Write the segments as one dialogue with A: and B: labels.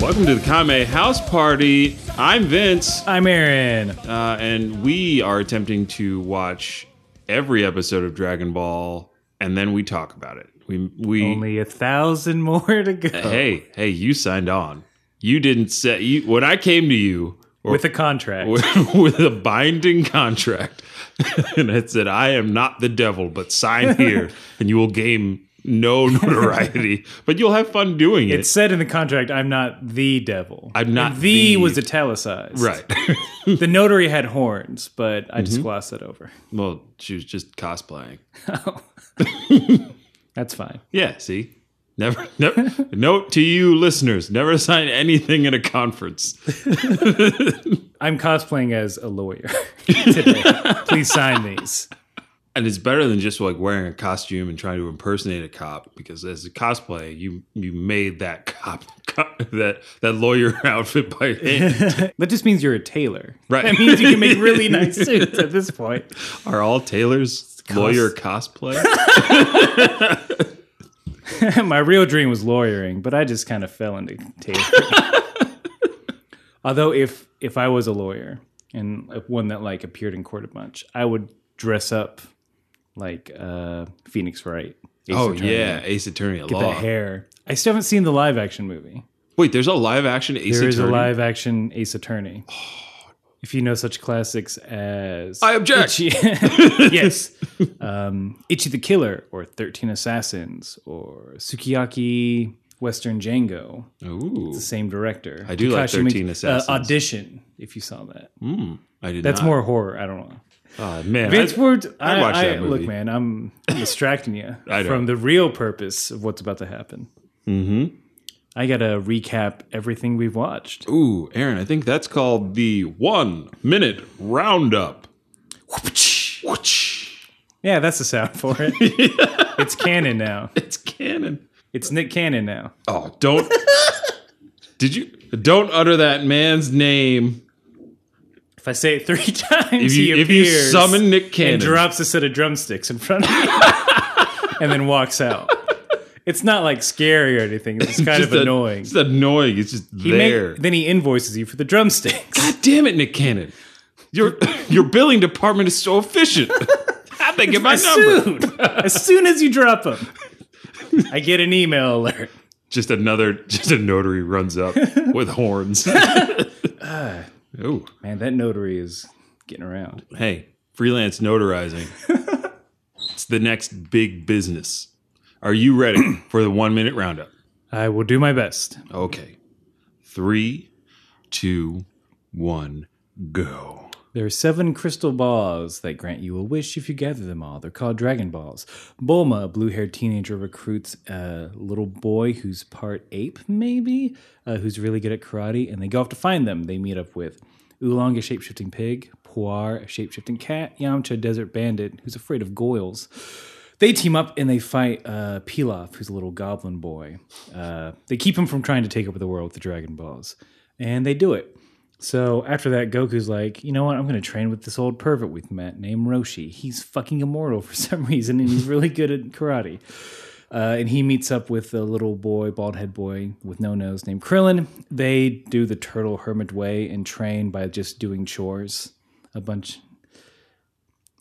A: Welcome to the Kame House Party. I'm Vince,
B: I'm Aaron.
A: uh, and we are attempting to watch every episode of Dragon Ball, and then we talk about it. We we
B: Only a thousand more to go.
A: hey hey you signed on. You didn't say you when I came to you or,
B: With a contract.
A: with a binding contract, and it said, "I am not the devil, but sign here, and you will gain no notoriety, but you'll have fun doing it."
B: it said in the contract, I'm not the devil.
A: I'm not
B: And
A: the-
B: the, was italicized.
A: right. Mm-hmm.
B: the notary had horns, but I just glossed that over.
A: well, she was just cosplaying.
B: That's fine.
A: Yeah, see? Never, never note to you listeners, never sign anything at a conference.
B: I'm cosplaying as a lawyer today. Please sign these.
A: And it's better than just like wearing a costume and trying to impersonate a cop because as a cosplay, you you made that cop, cop that that lawyer outfit by hand.
B: That just means you're a tailor.
A: Right.
B: That means you can make really nice suits at this point.
A: Are all tailors lawyer cosplay?
B: My real dream was lawyering, but I just kind of fell into tailoring. Although if if I was a lawyer and one that like appeared in court a bunch, I would dress up like uh Phoenix Wright. Ace
A: oh
B: Attorney,
A: yeah, Ace Attorney at
B: the
A: Law.
B: hair. I still haven't seen the live action movie.
A: Wait, there's a live action Ace Attorney.
B: There is a live action Ace Attorney. If you know such classics as
A: I object.
B: Itchy, yes, um, Itchy the Killer or Thirteen Assassins or Sukiyaki Western Django,
A: Ooh,
B: same director. I
A: do like 13 Assassins.
B: audition, if you saw that,
A: I did
B: that's
A: not.
B: more horror. I don't know.
A: Oh, man,
B: Vince
A: I-
B: Ward, I,
A: watch
B: I-
A: that movie.
B: Look, man, I'm distracting you
A: I know.
B: from the real purpose of what's about to happen. Mm-hmm. I gotta recap everything we've watched.
A: Ooh, Aaron, I think that's called the one minute roundup. Whoosh.
B: Yeah, that's the sound for it. It's canon now.
A: It's canon.
B: It's Nick Cannon now.
A: Oh, don't. Did you? Don't utter that man's name.
B: If I say it three times,
A: If you,
B: he
A: if you
B: appears
A: summon Nick
B: and
A: Cannon,
B: drops a set of drumsticks in front of me, and then walks out. It's not like scary or anything. It's just kind
A: Just
B: of
A: a-
B: annoying.
A: It's annoying. It's just
B: He make-
A: there.
B: then he invoices you for the drumsticks.
A: God damn it, Nick Cannon! Your your billing department is so efficient. How'd they get my
B: As
A: number?
B: soon, as soon as you drop them, I get an email alert.
A: Just another. Just a notary runs up with horns.
B: Ah.
A: Ooh.
B: Man, that notary is getting around.
A: hey, freelance notarizing. it's the next big business. Are you ready for the one minute roundup?
B: I will do my best.
A: Okay. Three, two, one, go.
B: There are seven crystal balls that grant you a wish if you gather them all. They're called Dragon Balls. Bulma, a blue haired teenager, recruits a little boy who's part ape, maybe, uh, who's really good at karate, and they go off to find them. They meet up with Oolong, a shape shifting pig, Puar, a shape shifting cat, Yamcha, a desert bandit, who's afraid of goyles. They team up and they fight uh, Pilaf, who's a little goblin boy. Uh, they keep him from trying to take over the world with the Dragon Balls, and they do it. So after that, Goku's like, you know what? I'm going to train with this old pervert we've met named Roshi. He's fucking immortal for some reason, and he's really good at karate. Uh, and he meets up with a little boy, bald head boy with no nose named Krillin. They do the turtle hermit way and train by just doing chores a bunch.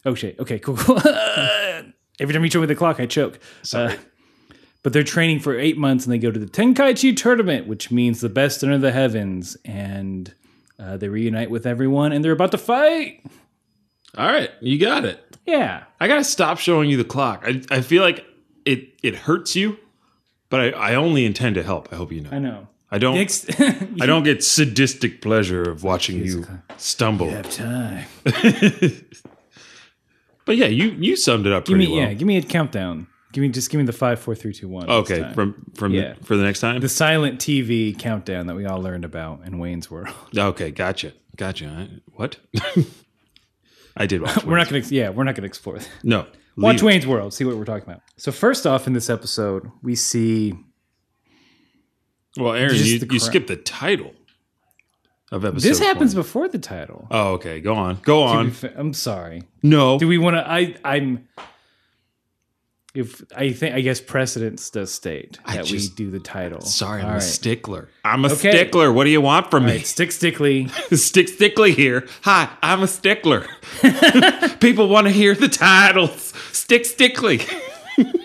B: Oh shit! Okay, cool. cool. Every time you turn with the clock, I choke. Uh, but they're training for eight months, and they go to the Tenkaichi tournament, which means the best under the heavens. And uh, they reunite with everyone, and they're about to fight.
A: All right, you got it.
B: Yeah,
A: I gotta stop showing you the clock. I, I feel like it it hurts you, but I, I only intend to help. I hope you know.
B: I know.
A: I don't
B: Next,
A: I don't get sadistic pleasure of watching you stumble.
B: time.
A: But yeah, you you summed it up
B: Give
A: pretty
B: me,
A: well.
B: yeah, give me a countdown. Give me just give me the five, four, three, two, one. this
A: Okay,
B: time.
A: from from
B: Yeah.
A: the, for the next time.
B: the silent TV countdown that we all learned about in Wayne's World.
A: okay, gotcha, gotcha. I- What? I did watch.
B: We're not gonna, yeah, we're not gonna explore that.
A: No, leave
B: Watch
A: it.
B: Wayne's World. See what we're talking about. So first off, in this episode, we see
A: Well, Aaron,
B: Just
A: you,
B: the
A: you
B: crap.
A: skipped the title of episode.
B: this happens
A: 20.
B: before the title.
A: Oh, okay. Go on. Go on.
B: I'm sorry.
A: No.
B: Do we want to? I I'm. if I think I guess precedence does state
A: I
B: that
A: just-
B: we do the title.
A: Sorry, I'm
B: All
A: a
B: right.
A: stickler. I'm a
B: Okay.
A: stickler. What do you want from
B: All
A: me?
B: right, stick stickly.
A: Stick Stickly here. Hi, I'm a stickler. People want to hear the titles. Stick Stickly.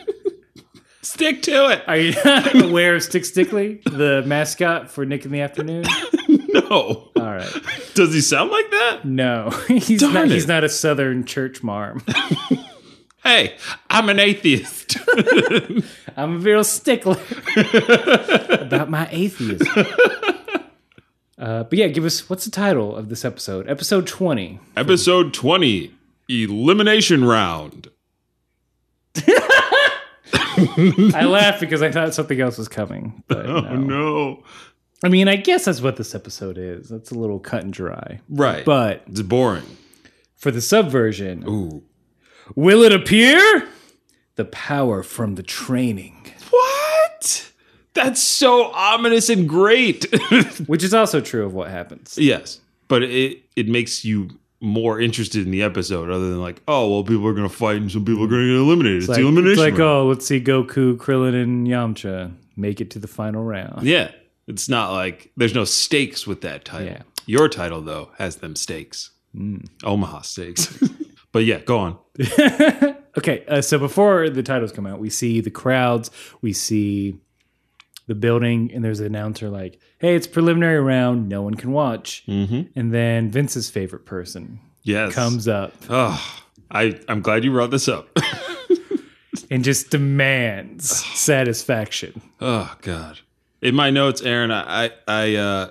A: Stick to it.
B: Are you aware of Stick Stickly, the mascot for Nick in the Afternoon?
A: No.
B: All right.
A: Does he sound like that?
B: No, he's
A: Darn
B: not.
A: it.
B: He's not a Southern church marm.
A: Hey, I'm an atheist.
B: I'm a real stickler about my atheism. Uh, but yeah, give us what's the title of this episode? Episode twenty.
A: Episode 20 Elimination Round.
B: I laughed because I thought something else was coming. But
A: Oh,
B: no.
A: no.
B: I mean, I guess that's what this episode is. That's a little cut and dry.
A: Right.
B: But
A: it's boring.
B: for the subversion,
A: Ooh.
B: will it appear? The power from the training,
A: What? That's so ominous and great.
B: which is also true of what happens.
A: Yes, but it it makes you more interested in the episode, other than like, oh well, people are gonna fight and some people are gonna get eliminated. It's,
B: Like,
A: the elimination.
B: it's like,
A: round.
B: oh, let's see Goku, Krillin, and Yamcha make it to the final round.
A: yeah, it's not like there's no stakes with that title.
B: Yeah. Mm.
A: Your title though has them stakes, Omaha stakes. but yeah, go on.
B: okay, uh, so before the titles come out, we see the crowds, we see the building, and there's an announcer like, "Hey, it's preliminary round, no one can watch."
A: Mm.
B: Mm-hmm. And then Vince's favorite person
A: Yes,
B: comes up
A: Oh, I I'm glad you brought this up.
B: and just demands satisfaction.
A: oh God, in my notes, Aaron, I I I, uh,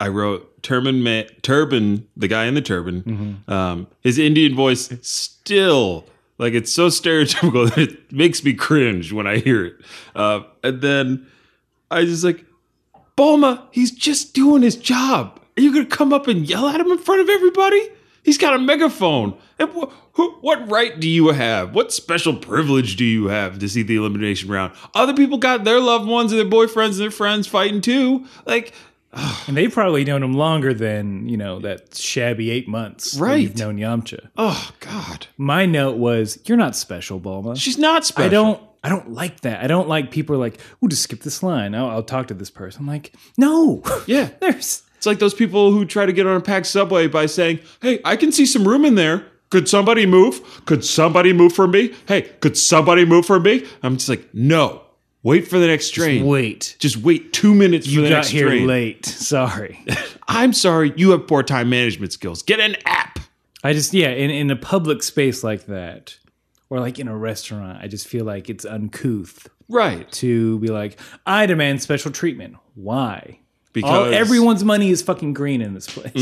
A: I wrote turban man, turban the guy in the turban. Um, his Indian voice still like it's so stereotypical that it makes me cringe when I hear it. Uh, and then I just like Bulma, he's just doing his job. Are you gonna come up and yell at him in front of everybody? He's got a megaphone. And wh- who, what right do you have? What special privilege do you have to see the elimination round? Other people got their loved ones and their boyfriends and their friends fighting too. Like,
B: And they've probably known him longer than, you know, that shabby eight months that
A: Right.
B: you've known Yamcha.
A: oh God,
B: My note was, you're not special, Bulma.
A: she's not special.
B: I don't. I don't like that. I don't like people are like, "Ooh, just skip this line. I'll, I'll talk to this person." I'm like, no,
A: Yeah,
B: there's
A: it's like those people who try to get on a packed subway by saying, "Hey, I can see some room in there. Could somebody move? Could somebody move for me? Hey, could somebody move for me?" I'm just like, "No, wait for the next train."
B: wait.
A: just wait two minutes for the
B: You got
A: next
B: here
A: train.
B: late. Sorry.
A: I'm sorry, you have poor time management skills. Get an app.
B: I just yeah, in in a public space like that, or like in a restaurant, I just feel like it's uncouth
A: Right.
B: to be like, "I demand special treatment." Why?
A: Because Mm-hmm.
B: All, everyone's money is fucking green in this place.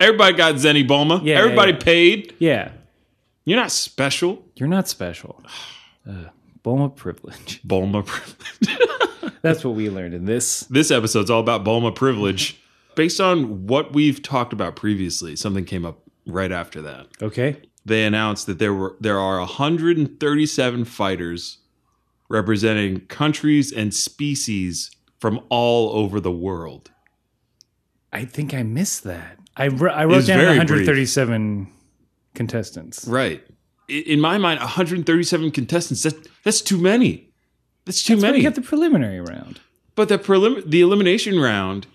A: everybody got Zenny Boma.
B: Yeah,
A: everybody
B: yeah.
A: paid.
B: Yeah,
A: You're not special.
B: you're not special. Uh, Bulma privilege.
A: Bulma privilege.
B: That's what we learned in this.
A: this episode's all about Bulma privilege. Based on what we've talked about previously, something came up right after that.
B: Okay.
A: They announced that there were there are 137 fighters representing countries and species from all over the world.
B: I think I missed that. I, wr- I wrote
A: It's
B: down
A: very
B: 137 contestants.
A: Right. I- In my mind, 137 contestants. That, that's too many. That's too
B: But
A: many.
B: we got the preliminary round.
A: but the prelim- the elimination round,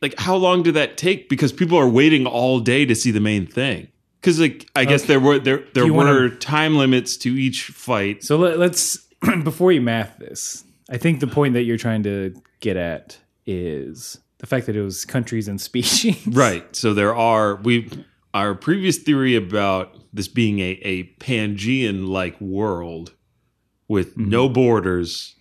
A: like how long did that take? Because people are waiting all day to see the main thing. Because like I guess there were there there
B: you wanna-
A: were time limits to each fight.
B: So let, let's, before you math this, I think the point that you're trying to get at is the fact that it was countries and species.
A: Right. So there are we our previous theory about this being a, a Pangean like world with
B: Mm-hmm.
A: no borders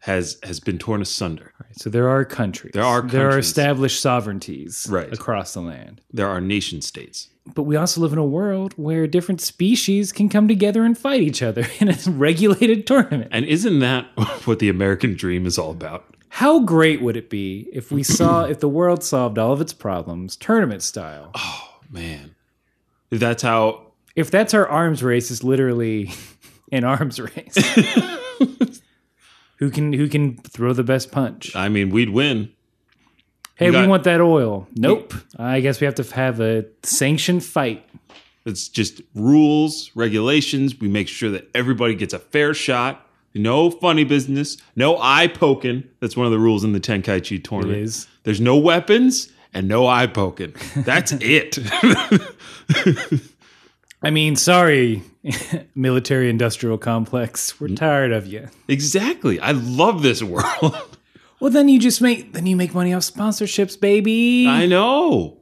A: has has been torn asunder.
B: So there are countries.
A: There are
B: There are
A: countries.
B: established sovereignties
A: Right.
B: across the land.
A: There are nation states.
B: But we also live in a world where different species can come together and fight each other in a regulated tournament.
A: And isn't that what the American dream is all about?
B: How great would it be if we saw if the world solved all of its problems tournament style?
A: Oh man, if that's how
B: If that's our arms race, it's literally an arms race. who can who can throw the best punch?
A: I mean we'd win.
B: Hey,
A: got-
B: we want that oil. Nope. I guess we have to have a sanctioned fight
A: It's just rules, regulations. We make sure that everybody gets a fair shot. No funny business. No eye poking. That's one of the rules in the Tenkaichi
B: It
A: tournament.
B: is.
A: There's no weapons and no eye poking. That's it.
B: I mean, sorry, military industrial complex.
A: Mm.
B: We're tired of you.
A: exactly. I love this world.
B: Well, then you just make then you make money off sponsorships, baby.
A: I know.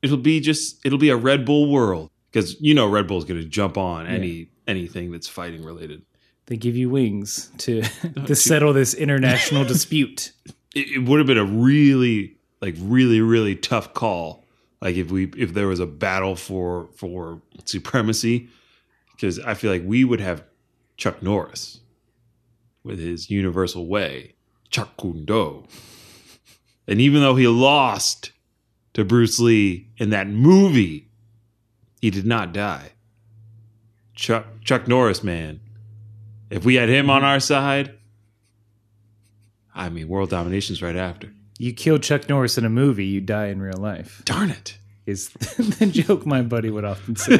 A: It'll be just it'll be a Red Bull world because you know Red Bull's going to jump on any anything that's fighting related.
B: they give you wings to to settle this international dispute.
A: It, it would have been a really like really really tough call like if we if there was a battle for for supremacy because I feel like we would have Chuck Norris with his universal way, Chuck Kundo. And even though he lost to Bruce Lee in that movie, he did not die. Chuck Chuck Norris, man. If we had him on our side, I mean, world domination's right after.
B: You kill Chuck Norris in a movie, you die in real life.
A: Darn it.
B: Is the joke my buddy would often say.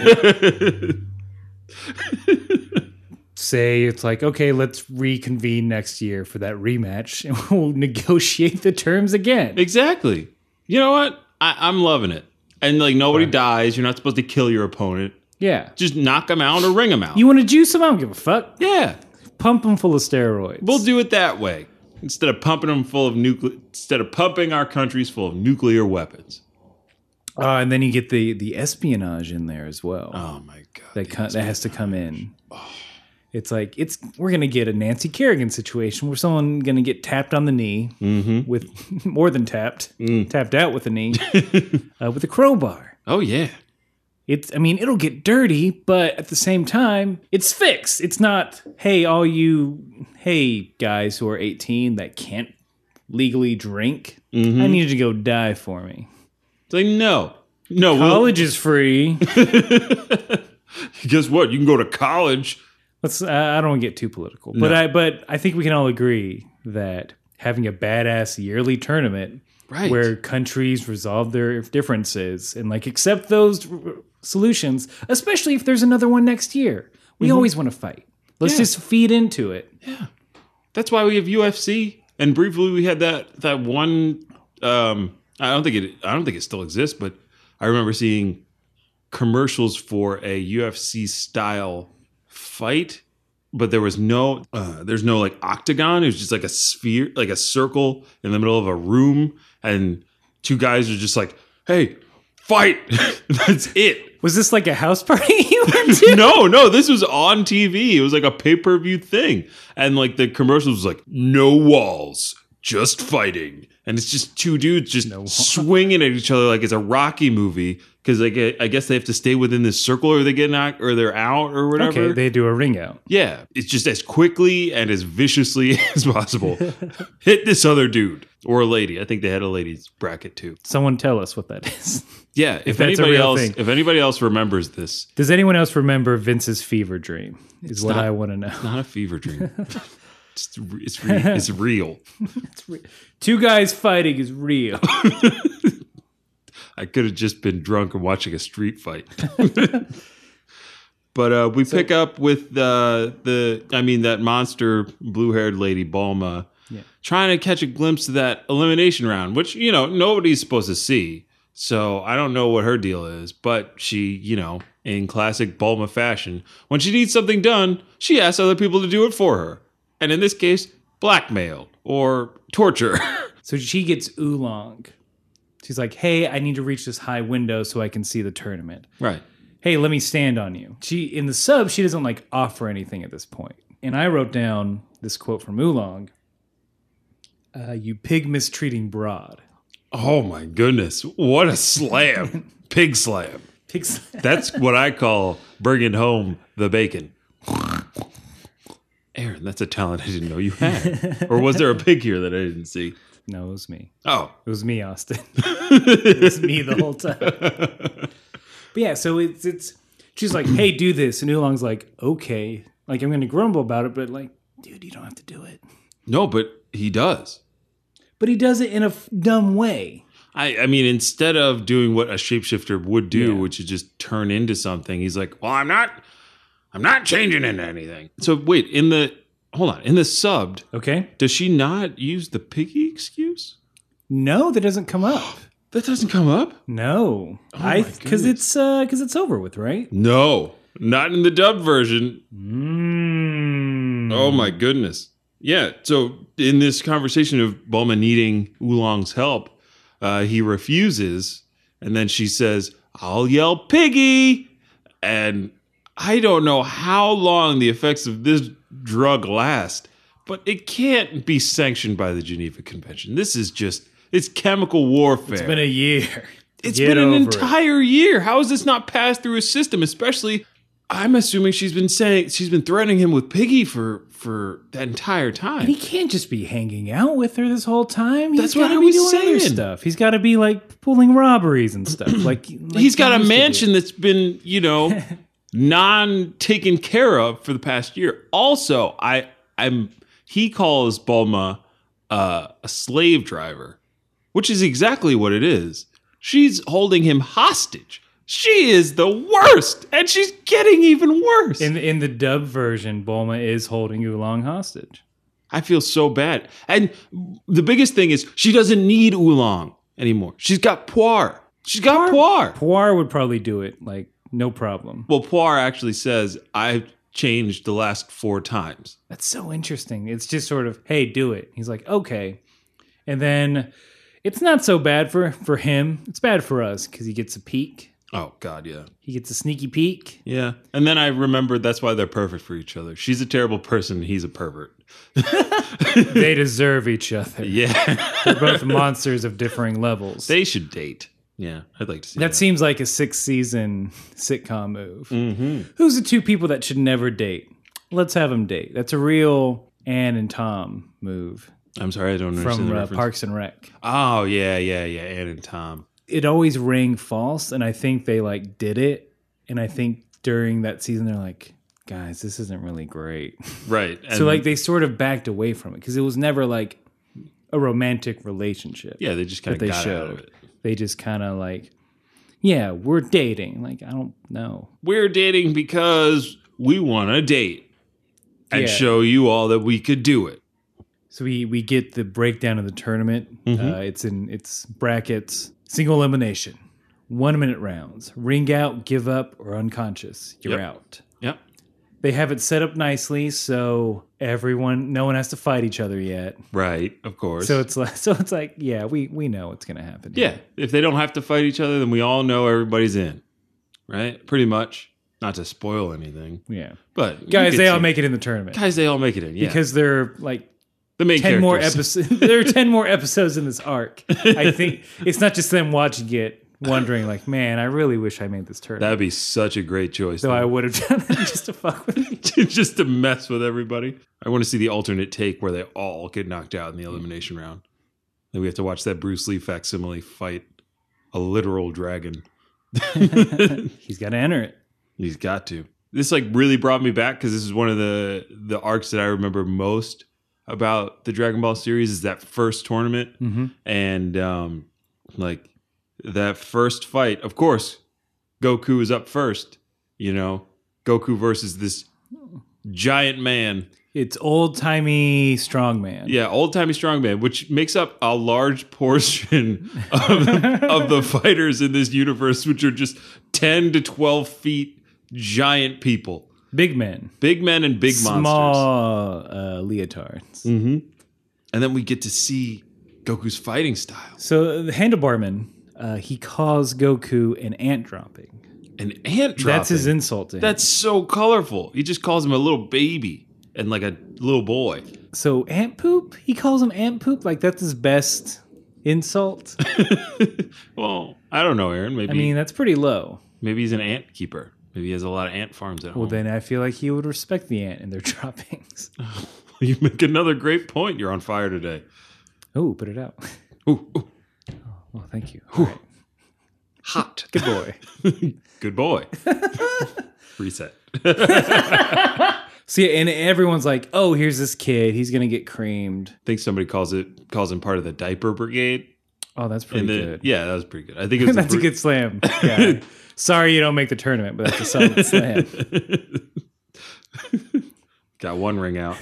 B: say it's like, okay, let's reconvene next year for that rematch and we'll negotiate the terms again.
A: exactly. You know what? I, I'm loving it. And like nobody dies. You're not supposed to kill your opponent.
B: Yeah.
A: Just knock them out or ring them out.
B: You want to juice them? I don't give a fuck.
A: yeah.
B: Pump them full of steroids.
A: We'll do it that way. Instead of pumping them full of nuclear, instead of pumping our countries full of nuclear weapons.
B: Uh, and then you get the, the espionage in there as well.
A: Oh my god.
B: that co- that has to come in. It's like it's we're gonna get a Nancy Kerrigan situation where someone gonna get tapped on the knee with more than tapped, tapped out with a knee uh, with a crowbar.
A: Oh yeah.
B: It's I mean it'll get dirty, but at the same time it's fixed. It's not hey all you hey guys who are eighteen that can't legally drink. I need you to go die for me.
A: It's like no. No, well,
B: College is free.
A: guess what? You can go to college.
B: let's I I don't want to get too political, but I but I think we can all agree that having a badass yearly tournament
A: Right.
B: where countries resolve their differences and like accept those r- r- solutions, especially if there's another one next year. We always want to fight. Let's
A: Mm-hmm. Yeah.
B: just feed into it.
A: That's why we have UFC. And briefly, we had that that one. Um, I don't think it. I don't think it still exists, but I remember seeing commercials for a UFC style fight. But there was no, uh, there's no like octagon. It was just like a sphere, like a circle in the middle of a room, and two guys are just like, "Hey, fight!" That's it.
B: Was this like a house party you went to?
A: no, no, this was on TV. It was like a pay per view thing. And like the commercials was like, no walls, just fighting. And it's just two dudes just
B: No wall-
A: swinging at each other like it's a Rocky movie. Cause like, I I guess they have to stay within this circle or they get knocked or they're out or whatever.
B: Okay, they do a ring out.
A: yeah. It's just as quickly and as viciously as possible. Hit this other dude or a lady. I think they had a ladies bracket too.
B: Someone tell us what that is.
A: Yeah. If,
B: that's a
A: anybody
B: real
A: else,
B: thing.
A: if anybody else remembers this,
B: Does anyone else remember Vince's fever dream? Is what
A: not-
B: I want to know.
A: not a fever dream. It's, it's, re- it's real.
B: Two guys fighting is real.
A: I could have just been drunk and watching a street fight. but uh, we pick up with uh, the, I mean, that monster blue haired lady, Balma, trying to catch a glimpse of that elimination round, which, you know, nobody's supposed to see. So I don't know what her deal is, but she, you know, in classic Balma fashion, when she needs something done, she asks other people to do it for her. And in this case, blackmail or torture.
B: So she gets oolong. She's like, "Hey, I need to reach this high window so I can see the tournament.
A: right.
B: Hey, let me stand on you." She in the sub, she doesn't like offer anything at this point. And I wrote down this quote from Oolong: uh, "You pig mistreating broad."
A: Oh my goodness. What a slam. Pig slam.
B: Pigs.
A: That's what I call bringing home the bacon. Aaron, that's a talent I didn't know you had. or was there a pig here that I didn't see?
B: no, it was me.
A: Oh,
B: It was me, Austin. it was me the whole time. But yeah, so it's it's she's like, "Hey, do this," and Oolong's like, "Okay." Like I'm going to grumble about it, but like, dude, you don't have to do it.
A: no, but he does.
B: But he does it in a f- dumb way.
A: I, I mean, instead of doing what a shapeshifter would do,
B: Yeah.
A: which is just turn into something, he's like, "Well, I'm not, I'm not changing into anything." So wait, in the hold on, in the subbed,
B: Okay.
A: does she not use the piggy excuse?
B: No, that doesn't come up.
A: That doesn't come up.
B: No, I
A: my
B: because it's because it's over with, right?
A: No, not in the dubbed version.
B: Mm.
A: Oh my goodness. Yeah. So in this conversation of Bulma needing Oolong's help, uh, he refuses, and then she says, "I'll yell piggy," and I don't know how long the effects of this drug last, but it can't be sanctioned by the Geneva Convention. This is just. It's chemical warfare.
B: It's been a year.
A: It's
B: Get
A: been an
B: over it.
A: entire year. How is this not passed through his system? Especially, I'm assuming she's been saying she's been threatening him with Piggy for for that entire
B: And he
A: time.
B: can't just be hanging out with her this whole time. He's
A: That's what
B: gotta
A: I
B: be
A: was
B: doing other
A: saying.
B: stuff. He's got to be like pulling robberies and stuff. Like, like
A: He's got
B: he
A: a
B: used to do.
A: mansion that's been you know non taken care of for the past year. Also, I I'm he calls Bulma uh, a slave driver, which is exactly what it is. She's holding him hostage. She is the worst, and she's getting even worse.
B: In in the dub version, Bulma is holding Oolong hostage.
A: I feel so bad. And the biggest thing is she doesn't need oolong anymore. She's got poir. She's got poir.
B: Poir would probably do it, like no problem.
A: Well, poir actually says I've changed the last four times.
B: That's so interesting. It's just sort of, hey, do it. He's like, okay, and then it's not so bad for for him. It's bad for us because he gets a peek.
A: Oh God, yeah,
B: He gets a sneaky peek.
A: yeah. And then I remembered that's why they're perfect for each other. She's a terrible person. He's a pervert.
B: they deserve each other.
A: Yeah,
B: They're both monsters of differing levels.
A: they should date. Yeah, I'd like to see
B: That
A: that.
B: seems like a six season sitcom move.
A: hmm
B: Who's the two people that should never date? Let's have them date. That's a real Anne and Tom move
A: I'm sorry, I don't understand
B: from
A: the
B: uh,
A: reference.
B: Parks and Rec.
A: Oh yeah, yeah, yeah. Ann and Tom.
B: It always rang false, and I think they like did it. And I think during that season, they're like, guys, this isn't really great.
A: Right. And,
B: so, like, they sort of backed away from it because it was never like a romantic relationship.
A: yeah, they just kind of
B: they
A: got out of
B: showed.
A: it.
B: They just kind of like, yeah, we're dating. Like, I don't know.
A: we're dating because we want to date and
B: Yeah.
A: show you all that we could do it.
B: So we we get the breakdown of the tournament.
A: Mm-hmm.
B: Uh, it's in it's brackets, single elimination, one minute rounds, ring out, give up, or unconscious. You're
A: Yep.
B: out.
A: Yep.
B: They have it set up nicely, so everyone, no one has to fight each other yet.
A: Right. Of course.
B: So it's like, so it's like, yeah, we we know what's gonna happen. here.
A: yeah, if they don't have to fight each other, then we all know everybody's in. Right. Pretty much. Not to spoil anything,
B: yeah.
A: but you
B: Guys,
A: could
B: they all
A: see-
B: make it in the tournament
A: guys they all make it in. Yeah.
B: because they're like
A: the main
B: ten more
A: characters.
B: episodes. there are ten more episodes in this arc. I think it's not just them watching it, wondering like, man, I really wish I made this tournament.
A: That'd be such a great choice.
B: So
A: though.
B: I would have done that just to fuck with me.
A: just to mess with everybody. I want to see the alternate take where they all get knocked out in the elimination round. Then we have to watch that Bruce Lee facsimile fight a literal dragon.
B: He's got to enter it.
A: He's got to. This like really brought me back because this is one of the the arcs that I remember most about the Dragon Ball series is that first tournament
B: Mm-hmm.
A: and um like that first fight. Of course, Goku is up first. You know, Goku versus this giant man.
B: It's old timey strongman.
A: Yeah, old timey strongman, which makes up a large portion of of the fighters in this universe, which are just ten to twelve feet giant people.
B: Big men.
A: big men and big monsters.
B: Small uh, leotards.
A: Mm-hmm. And then we get to see Goku's fighting styles.
B: So the handlebarman, uh, he calls Goku an ant dropping.
A: An ant dropping.
B: That's his insult to him.
A: That's so colorful. He just calls him a little baby and like a little boy.
B: so ant poop? He calls him ant poop? Like that's his best insult?
A: Well, I don't know, Aaron. Maybe
B: I mean, that's pretty low.
A: maybe he's an ant keeper. Maybe he has a lot of ant farms at
B: Well,
A: home.
B: then I feel like he would respect the ant and their droppings.
A: you make another great point. You're on fire today.
B: Oh, put it out.
A: Ooh, ooh,
B: Well, thank you. All right.
A: hot.
B: Good boy.
A: Good boy. Reset.
B: So yeah, and everyone's like, "Oh, here's this kid. He's gonna get creamed."
A: think somebody calls it calls him part of the diaper brigade.
B: Oh, that's pretty
A: And then-
B: good.
A: yeah, that was pretty good. I think it was
B: that's
A: the
B: a good slam. Yeah. Sorry you don't make the tournament, but that's a solid slam.
A: got one ring out.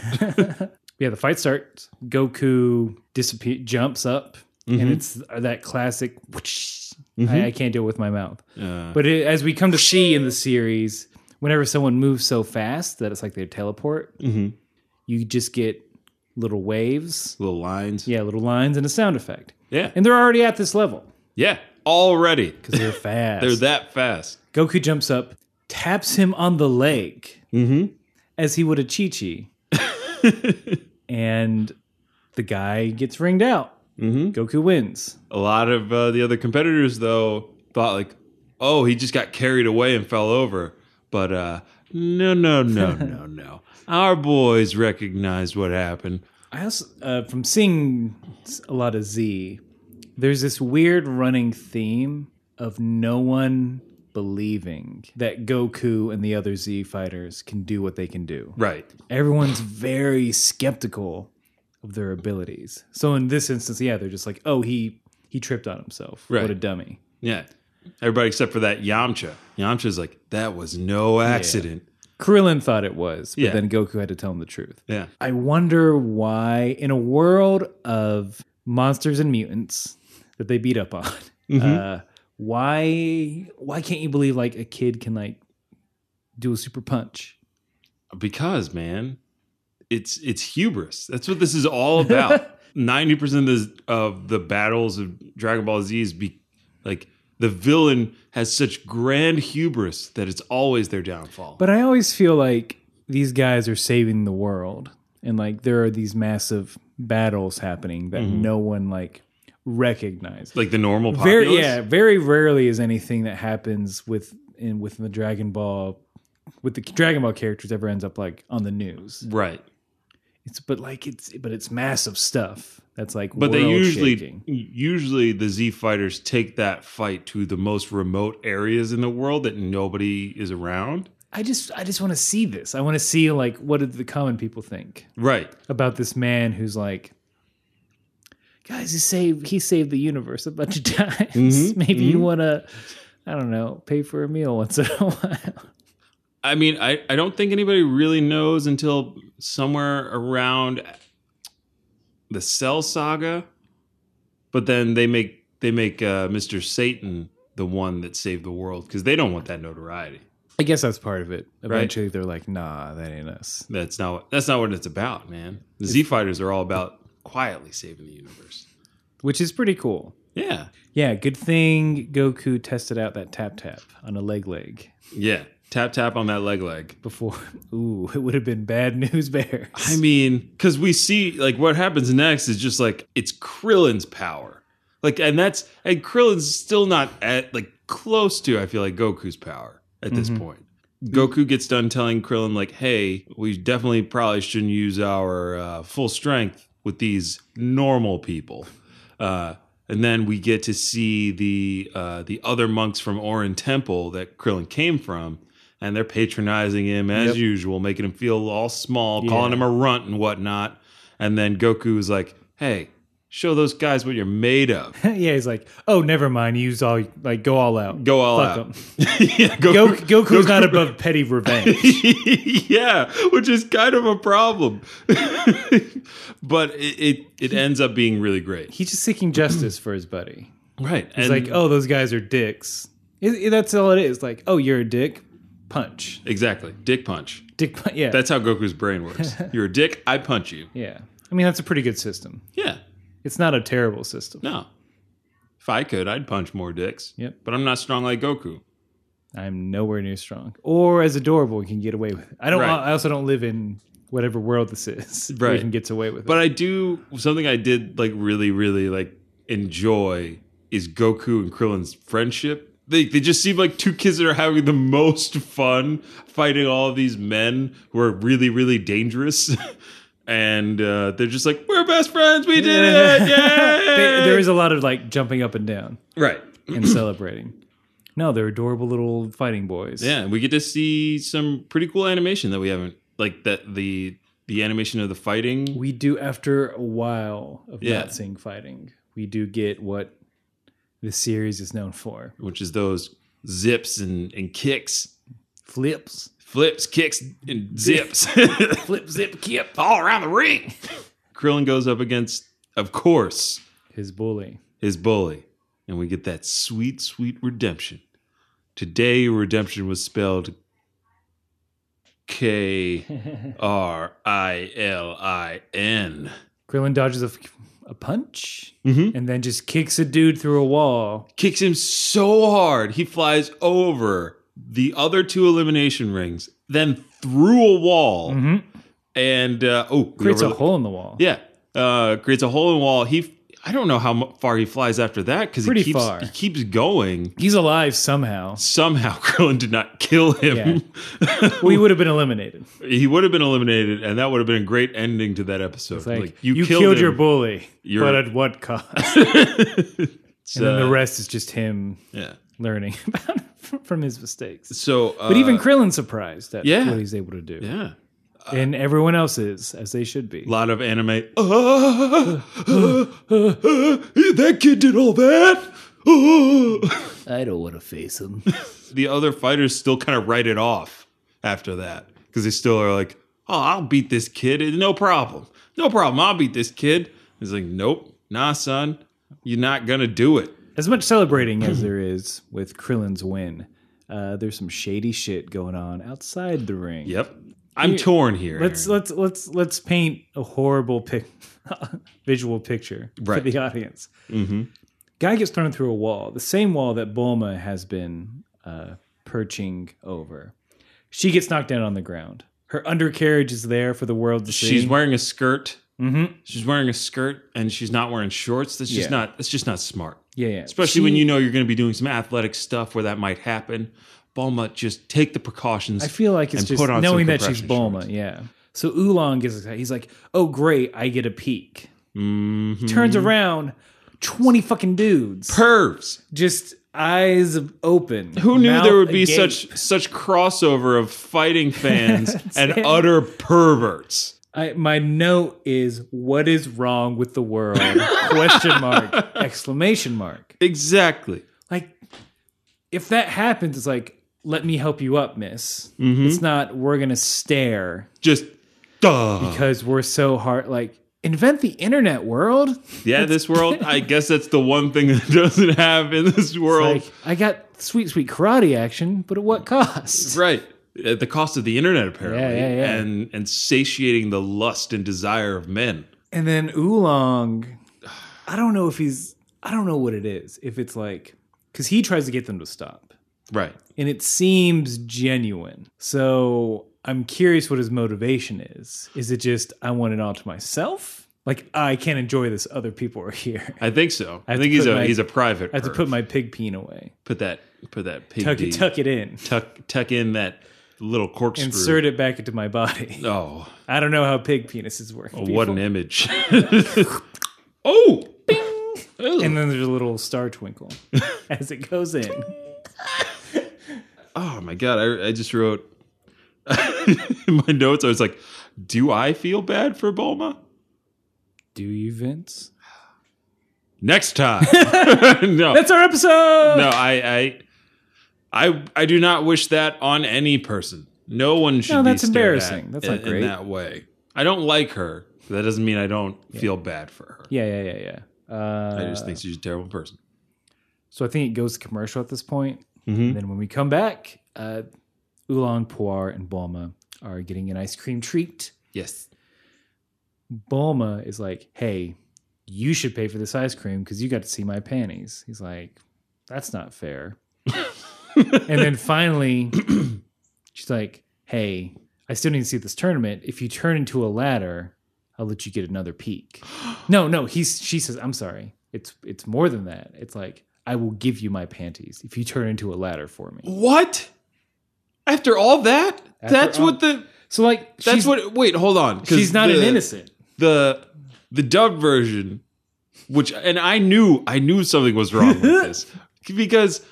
B: Yeah, the fight starts. Goku disappear jumps up, and it's that classic. whoosh. I, I can't do it with my mouth.
A: Uh,
B: But it, as we come to see in the series, whenever someone moves so fast that it's like they teleport,
A: mhm.
B: you just get little waves.
A: Little lines.
B: Yeah, little lines and a sound effect.
A: Yeah.
B: And they're already at this level
A: Yeah. Already.
B: because they're fast.
A: They're that fast.
B: Goku jumps up, taps him on the leg
A: Mm-hmm.
B: as he would a Chi Chi. and the guy gets ringed out.
A: Mm-hmm.
B: Goku wins.
A: A lot of uh, the other competitors, though, thought like, "Oh, he just got carried away and fell over." But uh, no, no, no, no, no. Our boys recognized what happened.
B: I also, uh, from seeing s- a lot of Z, there's this weird running theme of no one believing that Goku and the other Z fighters can do what they can do.
A: Right.
B: Everyone's very skeptical of their abilities. So in this instance, yeah, they're just like, "Oh, he he tripped on himself.
A: Right.
B: What a dummy."
A: Yeah. Everybody except for that Yamcha. Yamcha's like, "That was no accident."
B: Krillin thought it was, but
A: Yeah.
B: then Goku had to tell him the truth.
A: Yeah.
B: I wonder why, in a world of monsters and mutants that they beat up on,
A: Mm-hmm.
B: uh, why why can't you believe like a kid can like do a super punch?
A: Because man, it's it's hubris. That's what this is all about. Ninety percent of, this- of the battles of Dragon Ball Z is be, like the villain has such grand hubris that it's always their downfall.
B: But I always feel like these guys are saving the world, and like there are these massive battles happening that
A: Mm-hmm.
B: no one like recognizes.
A: like the normal populace.
B: very yeah very rarely is anything that happens with in with the dragon ball with the dragon ball characters ever ends up like on the news
A: right.
B: it's but like it's but it's massive stuff that's like
A: But they usually
B: world-shaking.
A: usually the Z fighters take that fight to the most remote areas in the world that nobody is around.
B: i just i just want to see this i want to see like what did the common people think
A: Right.
B: about this man who's like guys he saved he saved the universe a bunch of times maybe you want to i don't know pay for a meal once in a while
A: I mean, I, I don't think anybody really knows until somewhere around the Cell Saga, but then they make they make uh, Mister Satan the one that saved the world because they don't want that notoriety.
B: i guess that's part of it eventually they're like nah that ain't us
A: That's not what, that's not what it's about, man. The Z Fighters are all about quietly saving the universe.
B: which is pretty cool.
A: Yeah,
B: Yeah, good thing Goku tested out that tap tap on a leg leg
A: yeah. Tap tap on that leg leg.
B: before. Ooh, it would have been bad news bears.
A: I mean, because we see like what happens next is just like it's Krillin's power, like, and that's and Krillin's still not at like close to. I feel like Goku's power at this point. Goku gets done telling Krillin like, "Hey, we definitely probably shouldn't use our uh, full strength with these normal people." Uh, and then we get to see the uh, the other monks from Orin Temple that Krillin came from, and they're patronizing him as
B: Yep.
A: usual, making him feel all small,
B: Yeah.
A: calling him a runt and whatnot. And then Goku is like, "Hey, show those guys what you're made of.
B: yeah, he's like, oh, never mind. Use all like go all out.
A: Go all
B: Fuck
A: out."
B: 'em.
A: yeah,
B: Go, Goku's not above petty revenge.
A: yeah, which is kind of a problem, but it, it it ends up being really great,
B: He's just seeking justice for his buddy.
A: right?
B: He's like, oh, those guys are dicks. It- it- that's all it is. Like, oh, you're a dick. Punch.
A: exactly, dick punch.
B: Dick. Punch. Yeah.
A: That's how Goku's brain works. You're a dick, I punch you.
B: yeah. I mean, that's a pretty good system.
A: Yeah,
B: It's not a terrible system.
A: no. If I could, I'd punch more dicks.
B: Yep.
A: But I'm not strong like Goku.
B: I'm nowhere near strong or as adorable and can get away with it. I don't.
A: Right.
B: I also don't live in whatever world this is. Where
A: Right.
B: you can get away with
A: But
B: it.
A: I do something I did like really, really like enjoy is Goku and Krillin's friendship. They they just seem like two kids that are having the most fun fighting all of these men who are really, really dangerous. and uh, they're just like, We're best friends, we did it.
B: They-
A: Yay!
B: there is a lot of like jumping up and down
A: right.
B: and celebrating. No, they're adorable little fighting boys.
A: Yeah, and we get to see some pretty cool animation that we haven't like that the the animation of the fighting.
B: we do after a while of
A: Yeah.
B: not seeing fighting. We do get what the series is known for.
A: which is those zips and, and kicks,
B: Flips.
A: flips, kicks, and zips
B: Flip, zip, kip.
A: all around the ring. Krillin goes up against, of course,
B: His bully.
A: his bully, and we get that sweet, sweet redemption. Today, redemption was spelled K R I L I N.
B: Krillin dodges a, f- a punch
A: Mhm.
B: and then just kicks a dude through a wall.
A: Kicks him so hard, he flies over the other two elimination rings, then through a wall,
B: Mhm.
A: and uh, oh, we
B: Creates a
A: overlo-
B: hole in the wall.
A: Yeah, uh, creates a hole in the wall. He, I don't know how mu- far he flies after that because he
B: Pretty
A: keeps
B: far.
A: he keeps going.
B: He's alive somehow.
A: Somehow, Krillin did not kill him.
B: Well, he would have been eliminated.
A: he would have been eliminated, and that would have been a great ending to that episode.
B: It's like, you, killed, your
A: him.
B: bully,
A: You're- uh,
B: but at what cost? and then the rest is just him
A: yeah.
B: learning about, from his mistakes.
A: So, uh,
B: But even Krillin's surprised at
A: yeah.
B: what he's able to do.
A: yeah,
B: And everyone else is, as they should be.
A: a lot of anime. Ah, ah, ah, that kid did all that. Ah.
B: I don't want to face him.
A: the other fighters still kind of write it off after that because they still are like, "Oh, I'll beat this kid. It's No problem. No problem. I'll beat this kid." It's like, "Nope, nah, son, you're not gonna do it."
B: As much celebrating as there is with Krillin's win, uh, there's some shady shit going on outside the ring.
A: Yep, I'm torn here.
B: Let's let's let's let's paint a horrible pic- visual picture
A: Right.
B: for the audience. Mm-hmm. Guy gets thrown through a wall, the same wall that Bulma has been uh, perching over. She gets knocked down on the ground. Her undercarriage is there for the world to see.
A: She's wearing a skirt.
B: Mhm.
A: She's wearing a skirt and she's not wearing shorts. That's just
B: Yeah.
A: not. That's just not smart.
B: yeah, yeah.
A: Especially when
B: She-
A: you know you're going to be doing some athletic stuff where that might happen. Bulma, just take the precautions.
B: I feel like it's
A: and
B: just
A: put on some
B: knowing that she's
A: compression
B: Bulma.
A: shorts.
B: Yeah. So Oolong gets excited. He's like, "Oh great, I get a peek."
A: Mhm.
B: Turns around, twenty fucking dudes,
A: Pervs.
B: just eyes open.
A: Who knew
B: mouth
A: there would be
B: agape.
A: such such crossover of fighting fans and
B: it.
A: utter perverts?
B: I, my note is, "What is wrong with the world?" Question mark! Exclamation mark!
A: Exactly.
B: Like, if that happens, it's like, "Let me help you up, Miss."
A: Mm-hmm.
B: It's not. We're gonna stare
A: Just duh.
B: because we're so hard. Like, invent the internet world.
A: yeah, this world. I guess that's the one thing that doesn't have in this world.
B: Like, I got sweet, sweet karate action, but at what cost?
A: right at the cost of the internet apparently
B: Yeah, yeah, yeah.
A: and and satiating the lust and desire of men
B: And then Oolong, I don't know if he's, I don't know what it is. If it's like, because he tries to get them to stop
A: right
B: and it seems genuine. So I'm curious what his motivation is. Is it just, I want it all to myself? Like, I can't enjoy this. Other people are here.
A: i think so i,
B: have
A: think
B: to
A: he's a
B: put my-
A: he's a private
B: I have to put my pig peen away,
A: put that put that pig
B: tuck
A: D-
B: it, tuck it in,
A: tuck tuck in that little corkscrew
B: insert it back into my body.
A: oh
B: I don't know how pig penises work.
A: what
B: people.
A: an image oh bing
B: And then there's a little star twinkle as it goes in.
A: oh my god i, I just wrote in my notes i was like do i feel bad for bulma
B: Do you, Vince?
A: next time no
B: That's our episode.
A: no, I, I, I, I do not wish that on any person. No one should.
B: No,
A: be
B: that's
A: stared at
B: embarrassing. That's not
A: in-
B: great.
A: In that way, I don't like her. That doesn't mean I don't feel bad for her.
B: Yeah, yeah, yeah, yeah. Uh,
A: I just think she's a terrible person.
B: so. I think it goes to commercial at this point.
A: Hmm? Mm-hmm.
B: And then when we come back, uh, Oolong, Poir, and Bulma are getting an ice cream treat.
A: Yes.
B: Bulma is like, "Hey, you should pay for this ice cream because you got to see my panties." He's like, "That's not fair." and then finally, she's like, "Hey, I still need to see this tournament. If you turn into a ladder, I'll let you get another peek." no, no, he's she says, "I'm sorry. It's it's more than that. It's like I will give you my panties if you turn into a ladder for me."
A: What? After all that,
B: After
A: that's
B: all-
A: what the.
B: So like,
A: That's
B: she's,
A: what. Wait, hold on. 'cause
B: she's not
A: the,
B: an innocent.
A: The the dub version, which and I knew I knew something was wrong with this because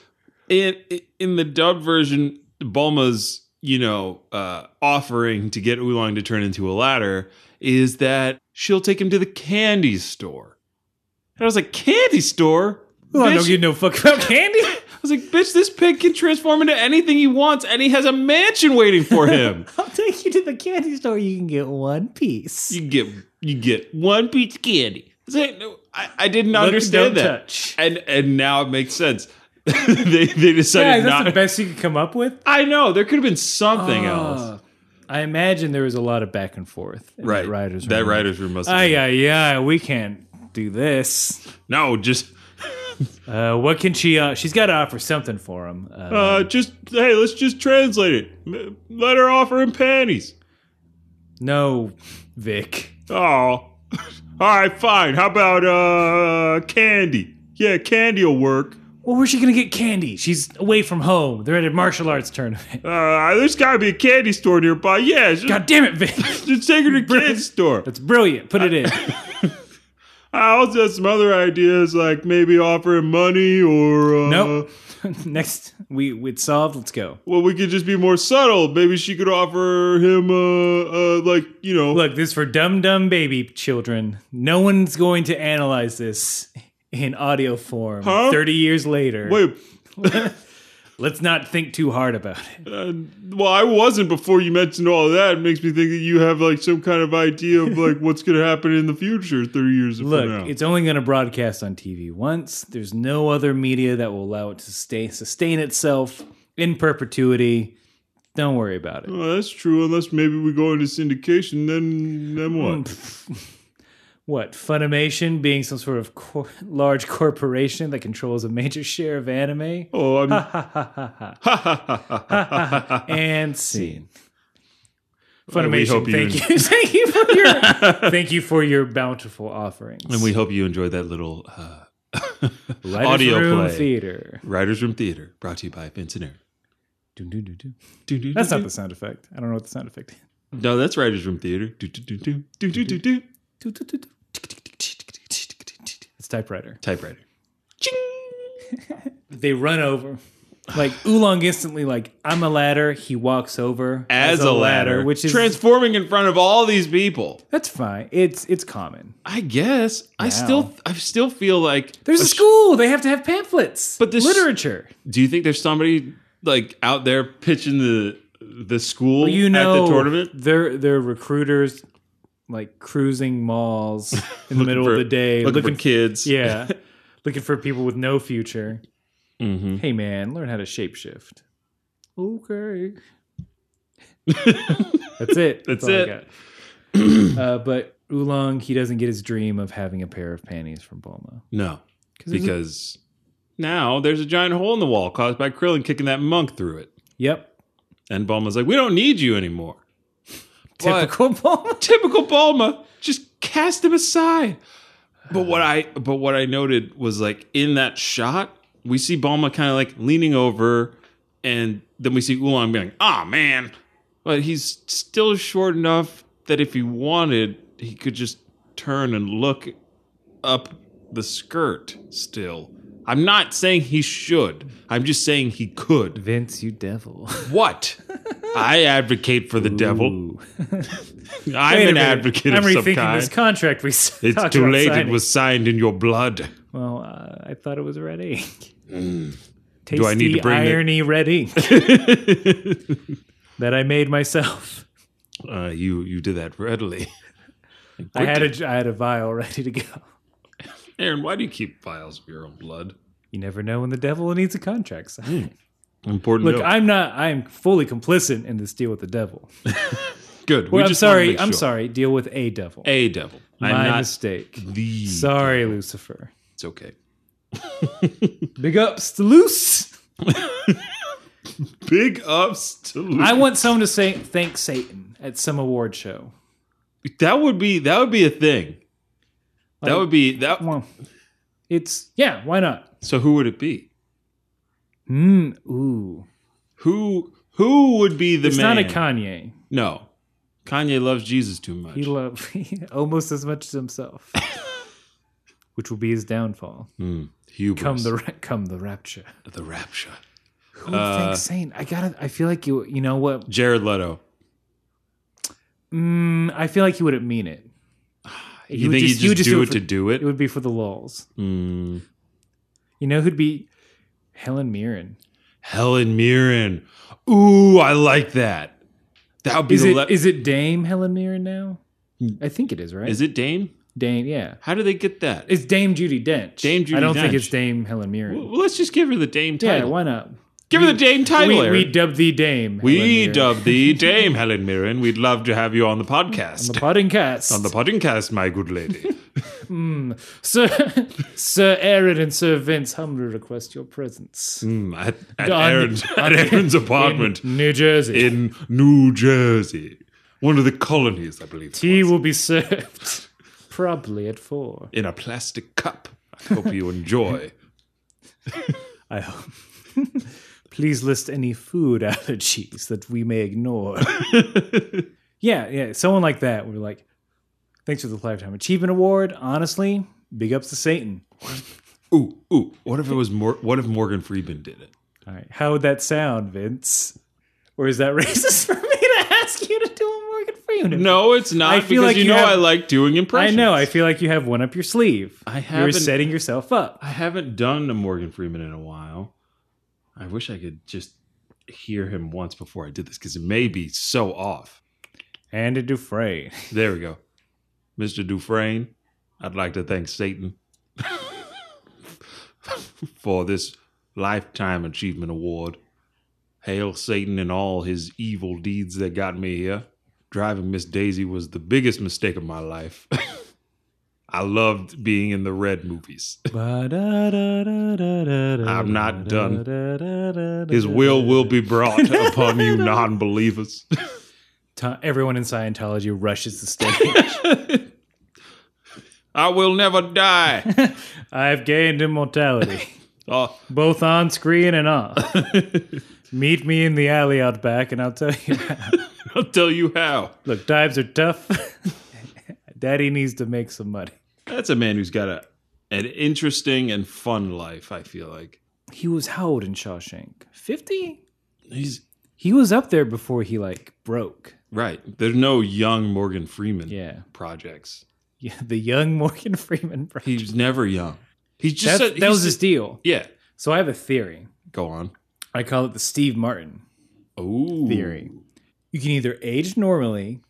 A: in in the dub version, Bulma's you know uh, offering to get Oolong to turn into a ladder is that she'll take him to the candy store, and I was like, candy store.
B: Well, I don't
A: Bitch.
B: give no fuck about candy.
A: I was like, bitch, this pig can transform into anything he wants, and he has a mansion waiting for him.
B: I'll take you to the candy store. You can get one piece.
A: you get you get one piece of candy. It's like, no, I, I didn't understand
B: don't
A: that,
B: touch.
A: and and now it makes sense. they they
B: Yeah,
A: decided
B: that's the
A: not.
B: best you could come up with.
A: I know there could have been something else.
B: Uh, I imagine there was a lot of back and forth. in
A: Right,
B: That writers.
A: that
B: room.
A: writers room must. Have
B: Ay,
A: been-
B: ay, ay, we can't do this.
A: No, just
B: Uh, what can she? Uh, she's got to offer something for him. Uh,
A: uh, just hey, let's just translate it. M- Let her offer him panties.
B: no, Vic.
A: Oh, all right, fine. How about uh, candy? Yeah, candy will work.
B: Well, where's she gonna get candy? She's away from home. They're at a martial arts tournament.
A: Uh, there's got to be a candy store nearby. Yeah, just,
B: God damn it, Vic!
A: just take her to the candy store.
B: That's brilliant. Put it in.
A: I also had some other ideas, like maybe offering money or. Uh,
B: nope. Next, we we it's solved. Let's go.
A: Well, we could just be more subtle. Maybe she could offer him, uh, uh like, you know.
B: Look, this is for dumb dumb baby children. No one's going to analyze this in audio form.
A: Huh?
B: Thirty years later.
A: Wait,
B: Let's not think too hard about it.
A: uh, well, I wasn't before you mentioned all that. It makes me think that you have, like, some kind of idea of, like, what's going to happen in the future 30 years from
B: Look,
A: now.
B: it's only going to broadcast on TV once. There's no other media that will allow it to stay sustain itself in perpetuity. Don't worry about it.
A: Well, that's true, unless maybe we go into syndication, then then what?
B: Mm. What Funimation being some sort of cor- large corporation that controls a major share of anime?
A: Oh, I'm.
B: and scene.
A: Well, we
B: Funimation,
A: hope you
B: thank you, thank you for your, thank you for your bountiful offerings.
A: and we hope you enjoyed that little uh,
B: Writers
A: audio
B: Room
A: play.
B: theater.
A: Writers Room Theater, brought to you by Vincent Air.
B: Doo, doo, doo, doo.
A: Do, do, do,
B: That's not
A: do.
B: the sound effect. I don't know what the sound effect. is.
A: No, that's Writers Room Theater. Do, do, do, do, do, do, do, do.
B: Doo, doo, doo, doo. Tick, tick, tick, tick, tick, tick, tick, tick, tick. It's typewriter.
A: Typewriter. Ching!
B: They run over. Like Oolong instantly, like I'm a ladder. He walks over
A: As, a ladder,
B: which is
A: transforming in front of all these people.
B: that's fine. It's it's common.
A: I guess I still, I still feel like
B: There's a school. They have to have pamphlets,
A: But this-
B: literature.
A: Do you think there's somebody like out there pitching the the school
B: you know,
A: at the tournament?
B: They're they're recruiters, like cruising malls in the middle
A: for-
B: of the day,
A: looking, for kids.
B: yeah, looking for people with no future.
A: Mm-hmm.
B: Hey man, learn how to shapeshift. Okay, that's it.
A: That's
B: all I
A: it.
B: got. uh, but Oolong, he doesn't get his dream of having a pair of panties from Bulma
A: No,
B: there's a-
A: because now there's a giant hole in the wall caused by Krillin kicking that monk through it,
B: Yep,
A: and Bulma's like, "We don't need you anymore." But-
B: typical Bulma.
A: typical Bulma, just cast him aside. But what I but what I noted was like in that shot, we see Bulma kind of like leaning over, and then we see Oolong being like, "Ah, man," but he's still short enough that if he wanted, he could just turn and look up the skirt. Still, I'm not saying he should. I'm just saying he could.
B: Vince, you devil.
A: What? I advocate for the devil.
B: Ooh.
A: I'm
B: Wait a
A: an
B: minute.
A: advocate
B: I'm
A: of some
B: rethinking
A: kind.
B: this contract. We s-
A: It's
B: talked
A: too
B: about
A: late. It
B: signing.
A: was signed in your blood.
B: Well, uh, I thought it was red ink. Tasty
A: Do I need to bring the-
B: irony red ink that I made myself?
A: Uh, you you did that readily.
B: I had a I had a vial ready to go.
A: Aaron, why do you keep vials of your own blood?
B: You never know when the devil needs a contract. signed.
A: Mm, Important.
B: Look,
A: note.
B: I'm not. I am fully complicit in this deal with the devil.
A: good.
B: Well,
A: we
B: I'm
A: just wanted to
B: sorry.
A: make
B: I'm
A: sure.
B: sorry. Deal with a devil.
A: A devil.
B: My
A: I'm not Mm.
B: mistake.
A: the.
B: Sorry, Lucifer.
A: It's okay.
B: Big ups to Luce.
A: Big ups to. Luke.
B: I want someone to say thank Satan at some award show.
A: that would be that would be a thing. that
B: Like-
A: would be that.
B: Well, it's yeah. Why not?
A: So who would it be?
B: Mm, ooh.
A: Who who would be the
B: It's
A: man?
B: not a Kanye.
A: no, Kanye loves Jesus too much.
B: He loved almost as much as himself, which will be his downfall.
A: Mm, hubris.
B: Come the ra- come the rapture.
A: the rapture.
B: Who
A: Uh,
B: thinks Saint? I gotta. I feel like you. You know what?
A: Jared Leto.
B: Mm, I feel like he wouldn't mean it.
A: You, think you just, do it
B: he would
A: Hmm.
B: for-
A: to do it?
B: It would be for the lulz.
A: Mm.
B: You know who'd be Helen Mirren?
A: Helen Mirren. Ooh, I like that. That would be
B: Is
A: the
B: it
A: le-
B: is it Dame Helen Mirren now?
A: Hmm.
B: I think it is, right?
A: Is it Dame?
B: Dame? Yeah,
A: How do they get that?
B: it's Dame Judy Dench.
A: Dame Judi
B: I don't think
A: Dench.
B: it's Dame Helen Mirren.
A: Well, let's just give her the Dame
B: yeah,
A: title.
B: why not?
A: give her the Dame title.
B: We,
A: Aaron.
B: we dub thee Dame. Helen
A: We
B: Mirren.
A: dub thee Dame Helen Mirren. We'd love to have you on the podcast.
B: the potting cats.
A: On the podcast, my good lady.
B: Sir, Sir Aaron and Sir Vince humbly request your presence.
A: Mm, at at,
B: On-
A: Aaron's, at Aaron's apartment
B: In New Jersey.
A: in New Jersey. One of the colonies, I believe. it
B: Tea
A: was.
B: will be served probably at four.
A: in a plastic cup. I hope you enjoy.
B: I hope. Please list any food allergies that we may ignore. yeah, yeah, someone like that. We're like, thanks for the lifetime achievement award. Honestly, big ups to Satan.
A: Ooh, ooh. What if it was Mor- what if Morgan Freeman did it?
B: All right, how would that sound, Vince? Or is that racist for me to ask you to do a Morgan Freeman?
A: No, it's not.
B: I feel
A: because
B: like
A: you
B: you
A: know
B: have-
A: I like doing
B: I
A: impressions.
B: know. I feel like you have one up your sleeve.
A: I
B: You're
A: haven't-
B: setting yourself up.
A: I haven't done a Morgan Freeman in a while. I wish I could just hear him once before I did this because it may be so off.
B: Andy Dufresne.
A: There we go. Mr. Dufresne, I'd like to thank Satan for this Lifetime Achievement Award. Hail Satan and all his evil deeds that got me here. Driving Miss Daisy was the biggest mistake of my life. I loved being in the red movies.
B: I'm
A: not done. His will will be brought upon you non believers.
B: everyone in Scientology rushes the stage.
A: I will never die.
B: I've gained immortality,
A: Oh,
B: both on screen and off. Meet me in the alley out back, and I'll tell you.
A: I'll tell you how.
B: Look, dives are tough. Daddy needs to make some money.
A: That's a man who's got a an interesting and fun life, I feel like.
B: He was how old in Shawshank? Fifty.
A: He's
B: He was up there before he like broke.
A: right. There's no young Morgan Freeman
B: Yeah.
A: projects.
B: Yeah, the young Morgan Freeman. Bro.
A: He's never young. He's just
B: That's,
A: a-
B: that
A: he's
B: was his
A: just-
B: deal.
A: Yeah.
B: So I have a theory.
A: Go on.
B: I call it the Steve Martin
A: Oh.
B: theory. You can either age normally.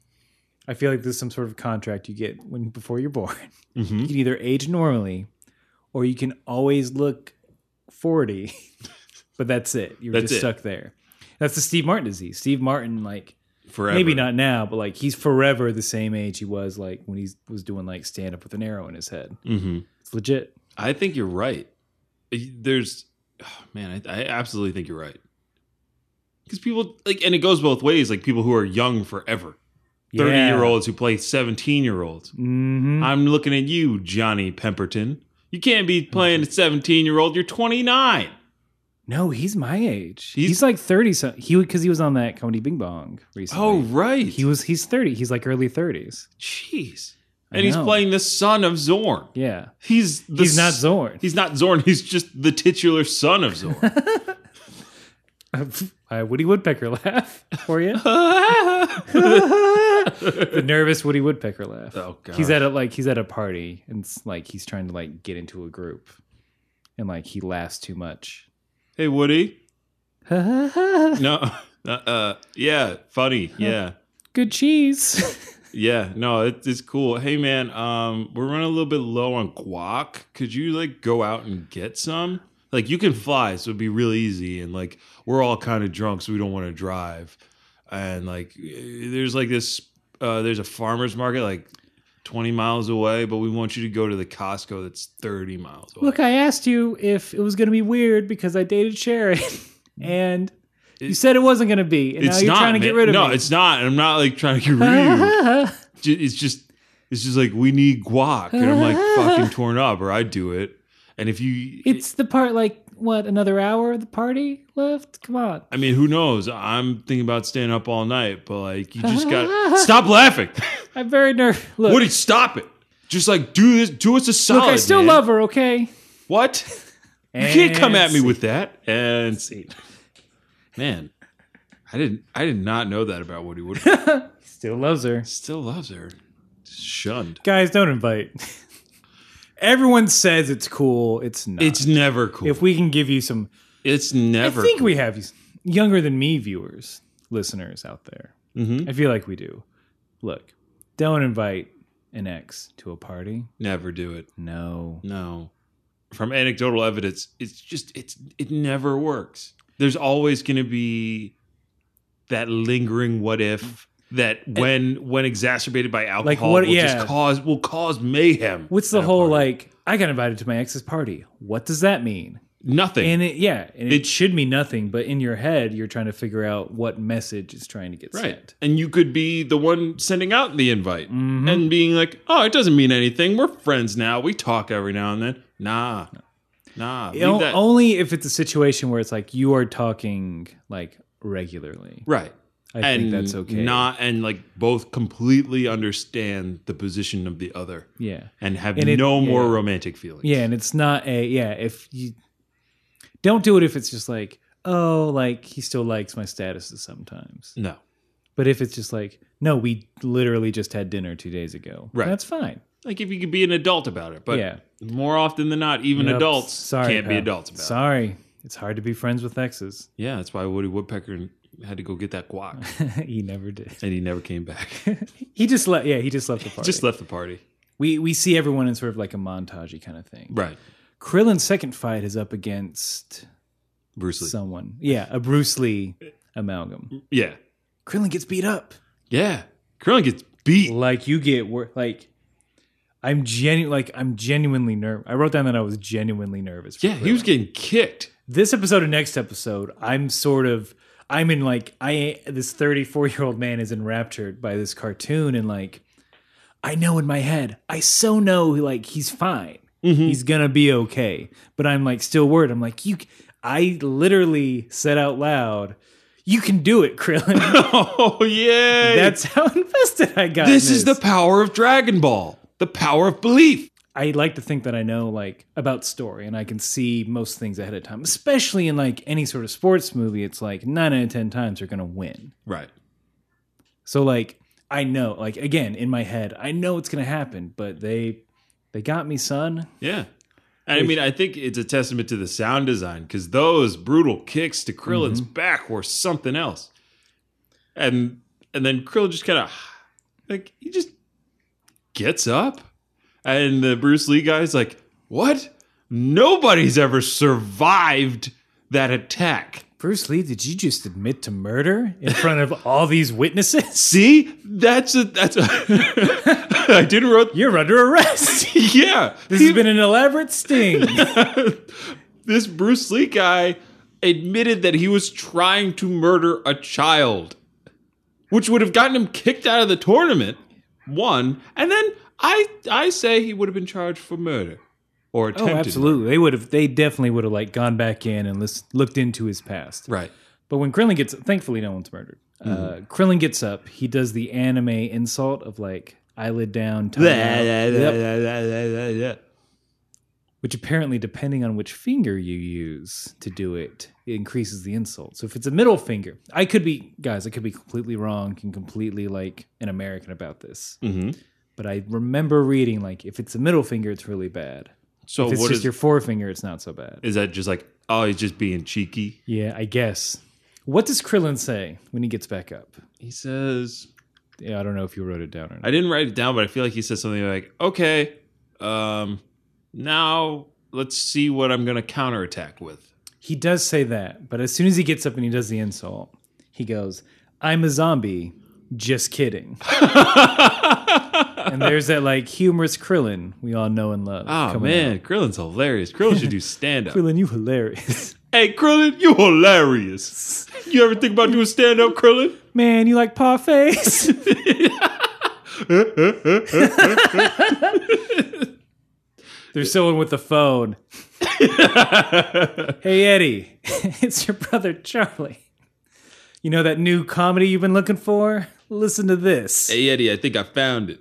B: I feel like there's some sort of contract you get when before you're born.
A: hmm
B: You can either age normally, or you can always look 40, but that's it. You're
A: That's
B: just
A: it.
B: stuck there. That's the Steve Martin disease. Steve Martin, like
A: Forever.
B: maybe not now, but like he's forever the same age he was like when he was doing like stand up with an arrow in his head.
A: hmm
B: It's legit.
A: I think you're right. There's, oh, man, I, I absolutely think you're right. Because people like, and it goes both ways. Like people who are young forever, thirty year olds who play seventeen year olds.
B: Mm-hmm.
A: I'm looking at you, Johnny Pemberton. You can't be playing a seventeen year old. You're twenty nine.
B: No, he's my age.
A: He's-
B: He's, like thirty. So he because he was on that comedy Bing Bong recently.
A: Oh right,
B: he was. He's thirty. He's like early thirties.
A: jeez.
B: I
A: And he's
B: know.
A: playing the son of Zorn.
B: Yeah,
A: He's the
B: he's not
A: s-
B: Zorn.
A: He's not Zorn. He's just the titular son of Zorn.
B: I Woody Woodpecker laugh for you.
A: oh
B: the nervous Woody Woodpecker laugh.
A: god,
B: he's at a like he's at a party and it's like he's trying to like get into a group, and like he laughs too much.
A: Hey Woody.
B: Good
A: No. Uh, uh yeah, funny. Yeah.
B: cheese.
A: Yeah. No, it, it's cool. Hey man, um we're running a little bit low on guac. Could you like go out and get some? Like you can fly, so it'd be real easy and like we're all kind of drunk so we don't want to drive. And like eh, there's like this uh there's a farmers market like 20 miles away, but we want you to go to the Costco that's 30 miles away.
B: Look, I asked you if it was going to be weird because I dated Sharon, and you
A: It-
B: said it wasn't going to be, and now you're trying to
A: man.
B: get rid of
A: no,
B: me.
A: it's not. and I'm not like trying to get rid of you. ju- it's just it's just like we need guac and i'm like fucking torn up or i do it and if you
B: it's the part like what another hour of the party left. Come on.
A: i mean who knows i'm thinking about staying up all night but like you just got stop laughing
B: I'm very nervous. Look,
A: woody stop it just like do this do us a solid
B: look, I still
A: man.
B: love her. Okay.
A: what you can't come at me
B: And
A: with that and see man i didn't i did not know that about woody woody
B: still loves her.
A: still loves her shunned
B: Guys, don't invite. Everyone says it's cool. It's not.
A: It's never cool.
B: if we can give you some,
A: it's never.
B: I think
A: cool.
B: we have s- younger than me viewers, listeners out there.
A: Mhm.
B: I feel like we do. Look, don't invite an ex to a party.
A: never do it.
B: No.
A: No. From anecdotal evidence, it's just it's it never works. There's always going to be that lingering what if that when when exacerbated by alcohol
B: what-
A: will
B: yeah.
A: just cause will cause mayhem.
B: What's the
A: at a
B: whole
A: party.
B: like? I got invited to my ex's party. What does that mean?
A: nothing?
B: And it, yeah, and it,
A: It-
B: should mean nothing, but in your head, you're trying to figure out what message is trying to get
A: right.
B: sent.
A: And you could be the one sending out the invite
B: Mhm.
A: and being like, "Oh, it doesn't mean anything. We're friends now. We talk every now and then." Nah. Nah. Leave
B: O-
A: that-
B: Only if it's a situation where it's like you are talking like regularly.
A: right.
B: I
A: and
B: think that's okay.
A: Not and like both completely understand the position of the other
B: yeah,
A: and have
B: And it-
A: no more
B: yeah.
A: romantic feelings.
B: yeah, and it's not a yeah. If you don't do it, if it's just like oh, like he still likes my statuses sometimes.
A: No.
B: But if it's just like no, we literally just had dinner two days ago.
A: Right.
B: that's fine.
A: Like if you could be an adult about it, but
B: yeah,
A: more often than not, even
B: Yep.
A: adults
B: Sorry,
A: can't be
B: pal.
A: adults about it.
B: Sorry, it's hard to be friends with exes.
A: Yeah, that's why Woody Woodpecker had to go get that guac,
B: he never did.
A: and he never came back.
B: he just left. Yeah, he just left the party.
A: Just left the party.
B: We we see everyone in sort of like a montagey kind of thing.
A: Right,
B: Krillin's second fight is up against
A: Bruce Lee.
B: someone. Yeah, a Bruce Lee amalgam.
A: yeah,
B: Krillin gets beat up.
A: yeah. Krillin gets beat.
B: Like you get wor- like I'm genu like I'm genuinely nervous. I wrote down that I was genuinely nervous. for
A: Yeah, he was
B: Krillin.
A: getting kicked.
B: this episode and next episode, I'm sort of I'm in like I this 34 year old man is enraptured by this cartoon and like I know in my head I so know like he's fine
A: Mm-hmm.
B: he's gonna be okay but I'm like still worried I'm like you I literally said out loud you can do it Krillin
A: oh yeah,
B: that's how invested I got in
A: this is the power of Dragon Ball. The power of belief.
B: I like to think that I know like about story and I can see most things ahead of time, especially in like any sort of sports movie. It's like nine out of 10 times you're going to win.
A: Right.
B: So like I know, like again, in my head, I know it's going to happen, but they, they got me son.
A: Yeah. And I mean, I think it's a testament to the sound design because those brutal kicks to Krillin's back were something else. And and then Krillin just kind of like he just gets up, and the Bruce Lee guy's like, "What? Nobody's ever survived that attack."
B: Bruce Lee, did you just admit to murder in front of all these witnesses?
A: See, that's a that's a I didn't wrote.
B: You're under arrest.
A: Yeah,
B: This has been an elaborate sting.
A: this Bruce Lee guy admitted that he was trying to murder a child, which would have gotten him kicked out of the tournament. One, and then I I say he would have been charged for murder or
B: Oh,
A: attempted.
B: absolutely. They would have, they definitely would have like gone back in and lis- looked into his past.
A: murder. right.
B: But when Krillin gets, thankfully, no one's murdered.
A: Mm-hmm.
B: Uh, Krillin gets up. He does the anime insult of like eyelid down, tongue out, Yep. Mm-hmm. which apparently, depending on which finger you use to do it, it increases the insult. So if it's a middle finger, I could be guys, I could be completely wrong and completely like an American about this.
A: hmm
B: But I remember reading like if it's a middle finger, it's really bad.
A: So
B: If it's
A: what
B: just
A: is
B: your forefinger, it's not so bad.
A: is that? Just like oh, he's just being cheeky.
B: Yeah, I guess. What does Krillin say when he gets back up?
A: He says,
B: Yeah, I don't know if you wrote it down or not.
A: I didn't write it down, but I feel like he said something like, "Okay, um, now let's see what I'm going to counterattack with."
B: He does say that, but as soon as he gets up and he does the insult, he goes, I'm a zombie. Just kidding. and there's that like humorous Krillin we all know and love.
A: Oh
B: coming out.
A: man, Krillin's hilarious. Krillin should do stand up.
B: Krillin, you hilarious.
A: hey Krillin, you hilarious. You ever think about doing stand up, Krillin?
B: man, you like Parfaits? there's someone with the phone. hey, Eddie, it's your brother Charlie. You know that new comedy you've been looking for? Listen to this.
A: Hey Eddie, I think I found it.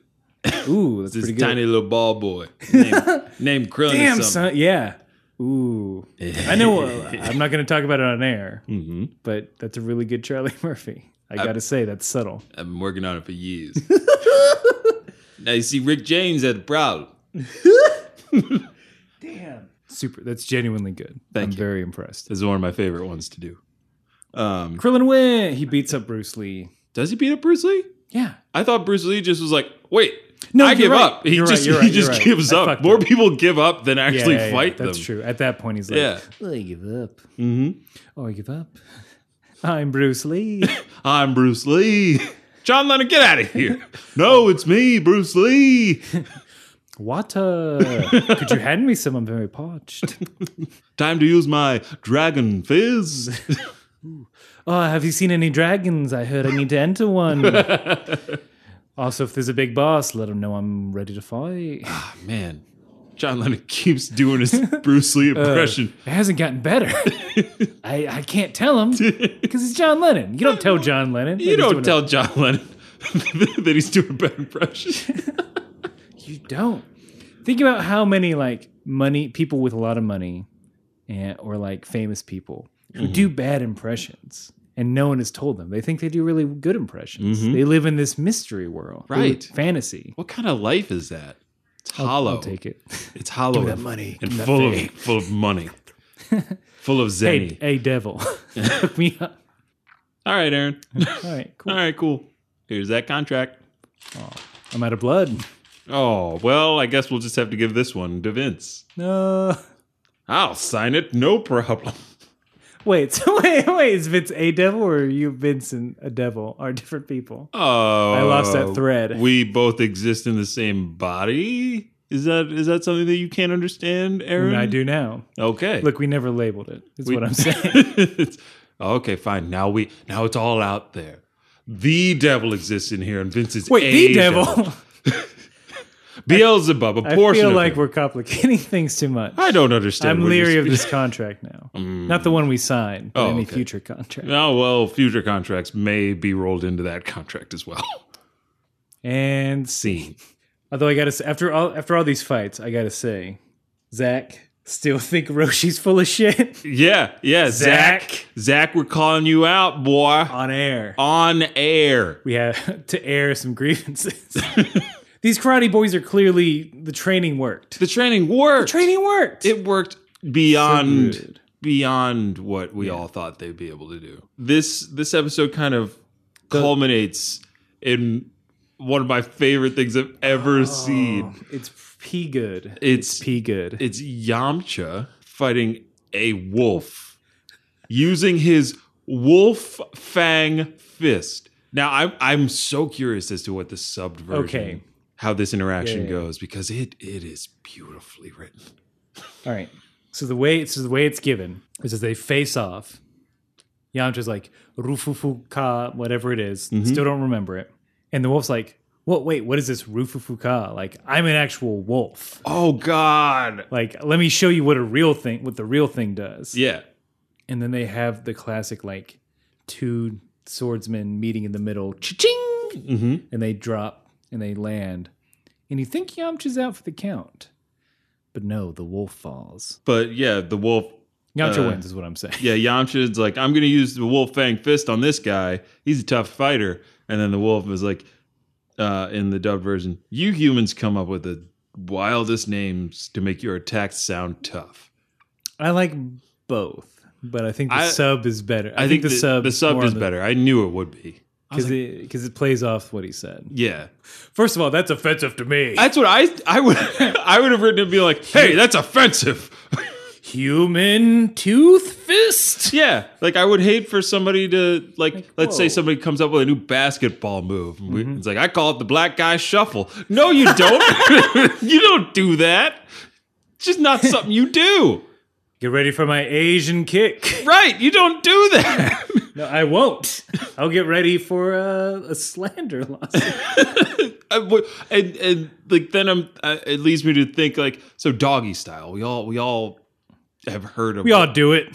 B: Ooh, that's
A: This
B: pretty good.
A: tiny little ball boy named, named Krillin. or
B: Damn,
A: something.
B: son. Yeah. Ooh. I know. uh, I'm not going to talk about it on air,
A: Mm-hmm.
B: but that's a really good Charlie Murphy. I got to say, that's subtle.
A: I've been working on it for years. now you see, Rick James had a problem.
B: Damn. Super. That's genuinely good.
A: Thank
B: I'm
A: you.
B: very impressed.
A: This is one of my favorite ones to do. Um,
B: Krillin win. He beats up Bruce Lee.
A: does he beat up Bruce Lee?
B: Yeah.
A: I thought Bruce Lee just was like, wait,
B: No,
A: I
B: you're
A: give
B: right.
A: up. He
B: You're right,
A: just
B: you're
A: he
B: right, you're
A: just
B: right.
A: gives
B: I
A: up.
B: fucked
A: More
B: up.
A: people give up than actually
B: Yeah, yeah, yeah.
A: fight
B: That's
A: them.
B: true. At that point, he's like,
A: Yeah.
B: "Oh, I give up.
A: Mhm.
B: Oh, I give up. I'm Bruce Lee.
A: I'm Bruce Lee. John Lennon, get out of here. no, it's me, Bruce Lee.
B: Water. Could you hand me some? I'm very parched.
A: Time to use my dragon fizz.
B: Oh, have you seen any dragons? I heard I need to enter one. also, if there's a big boss, let him know I'm ready to fight.
A: Man, John Lennon keeps doing his Bruce Lee impression.
B: It hasn't gotten better. I, I can't tell him because it's John Lennon. You don't tell John Lennon. that
A: you
B: he's
A: don't
B: doing
A: tell John Lennon that he's doing a bad impression.
B: it. You don't. Think about how many like money people with a lot of money, and, or like famous people who do
A: Mm-hmm.
B: bad impressions, and no one has told them. They think they do really good impressions. They live in this mystery world, They live
A: Mm-hmm. Right.
B: Fantasy.
A: What kind of life is that? It's
B: I'll
A: hollow.
B: take it.
A: It's hollow
B: that
A: and-
B: money.
A: and
B: Give me that
A: full
B: fame.
A: of full of money, full of zenny.
B: Hey, hey, devil, hook me up.
A: All right, Aaron.
B: All right, cool.
A: All right, cool. Here's that contract.
B: I'm out of blood.
A: Oh well, I guess we'll just have to give this one to Vince.
B: No.
A: I'll sign it, no problem.
B: Wait, so wait, wait, is Vince a devil or are you Vincent a devil? Are different people?
A: Oh,
B: I lost that thread.
A: We both exist in the same body. Is that is that something that you can't understand, Aaron?
B: I do now.
A: Okay.
B: Look, we never labeled it. Is
A: We-
B: what I'm saying.
A: It's- okay, fine. Now we now it's all out there. The devil exists in here, and Vince is
B: Wait,
A: a
B: the devil.
A: Beelzebub, a
B: I
A: portion.
B: feel
A: of
B: like
A: him.
B: we're complicating things too much.
A: I don't understand.
B: I'm
A: what you're
B: leery of
A: saying.
B: this contract now. Not the one we signed, but
A: Mm. Oh,
B: any
A: okay.
B: future contract.
A: Oh well, future contracts may be rolled into that contract as well.
B: And
A: Scene.
B: Although I gotta say, after all after all these fights, I gotta say, Zach still think Roshi's full of shit
A: Yeah, yeah. Zach. Zach,
B: Zach.
A: we're calling you out, boy.
B: on air.
A: On air.
B: We have to air some grievances. these karate boys are clearly the training worked.
A: The training worked.
B: Training worked.
A: it worked beyond beyond what we all thought they'd be able to do. This this episode kind of culminates in one of my favorite things I've ever
B: Oh.
A: seen.
B: It's pee good.
A: It's
B: Pee good.
A: it's Yamcha fighting a wolf using his wolf fang fist. Now I'm I'm so curious as to what the subbed version
B: Okay.
A: how this interaction
B: Yeah, yeah, yeah.
A: goes because it it is beautifully written.
B: All right. So the way so the way it's given is as they face off. Yamcha's like Rufufuka, whatever it is.
A: Mm-hmm.
B: Still don't remember it. And the wolf's like, "What? Wait, what is this Rufufuka? Like, I'm an actual wolf.
A: Oh god.
B: Like, let me show you what a real thing, what the real thing does."
A: Yeah.
B: and then they have the classic like two swordsmen meeting in the middle, ching,
A: Mm-hmm.
B: and they drop and they land, and you think Yamcha's out for the count, but no, the wolf falls.
A: But yeah, the wolf
B: Yamcha
A: Uh,
B: wins, is what I'm saying.
A: yeah, Yamcha's like, I'm gonna use the wolf fang fist on this guy. He's a tough fighter. And then the wolf was like, uh, in the dubbed version, you humans come up with the wildest names to make your attacks sound tough.
B: I like both, but I think the
A: I-
B: sub is better.
A: I, think, the, sub the sub
B: more
A: is
B: on
A: better. I knew it would be.
B: because it because it plays off what he said.
A: Yeah,
B: First of all, that's offensive to me.
A: that's what I I would I would have written it and be like, hey, that's offensive.
B: Human tooth fist.
A: Yeah, like I would hate for somebody to like, let's say
B: whoa. Mm-hmm.
A: somebody comes up with a new basketball move. and we- It's like I call it the black guy shuffle. No, you don't. you don't do that. It's just not something you do.
B: Get ready for my Asian kick.
A: Right? You don't do that.
B: No, I won't. I'll get ready for uh, a slander lawsuit.
A: I would- and and like then I'm uh, it leads me to think like so doggy style. We all we all have heard of
B: We all do it.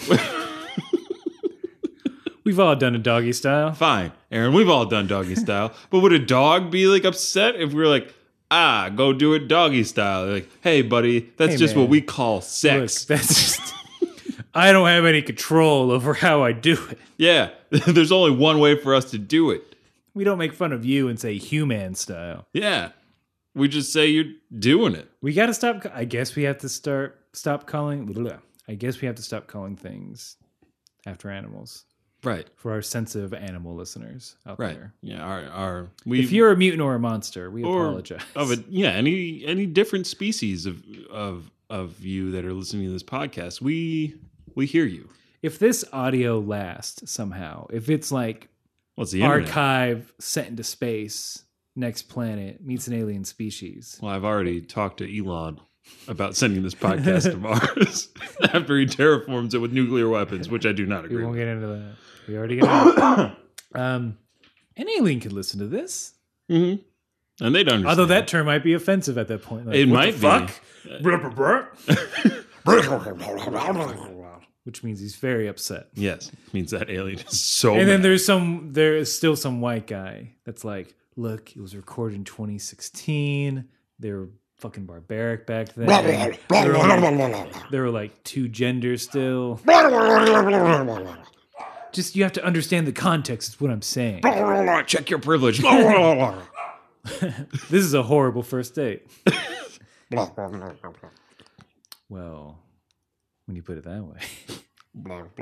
B: We've all done a doggy style.
A: fine, Aaron. We've all done doggy style, but would a dog be like upset if we were like, ah, go do it doggy style? They're like, hey, buddy, that's
B: Hey,
A: just
B: man.
A: what we call
B: Look,
A: sex.
B: that's just. I don't have any control over how I do it.
A: yeah, there's only one way for us to do it.
B: We don't make fun of you and say human style.
A: Yeah, We just say you're doing it.
B: We got to stop. I guess we have to start stop calling. blah. I guess we have to stop calling things after animals
A: Right.
B: for our sensitive animal listeners out
A: Right.
B: there.
A: Yeah. Our our we
B: if you're a mutant or a monster, we
A: Or
B: apologize.
A: of a yeah any any different species of of of you that are listening to this podcast we we hear you.
B: If this audio lasts somehow, if it's like
A: What's the internet?
B: archive sent into space, next planet meets an alien species.
A: Well, I've already talked to Elon about sending this podcast to Mars after he terraforms it with nuclear weapons, which I do not
B: We
A: agree
B: won't
A: with.
B: get into that. We already got. um, an alien could listen to this.
A: hmm And they don't understand.
B: Although that term might be offensive at that point. Like,
A: it
B: what
A: might be.
B: the fuck?
C: It's
B: Which means he's very upset.
A: Yes, means that alien is so.
B: and then
A: mad.
B: there's some there is still some white guy that's like, look, it was recorded in 2016. They were fucking barbaric back then. there, were like, there were like two genders still. Just you have to understand the context, is what I'm saying.
A: check your privilege.
B: This is a horrible first date. Well, when you put it that way.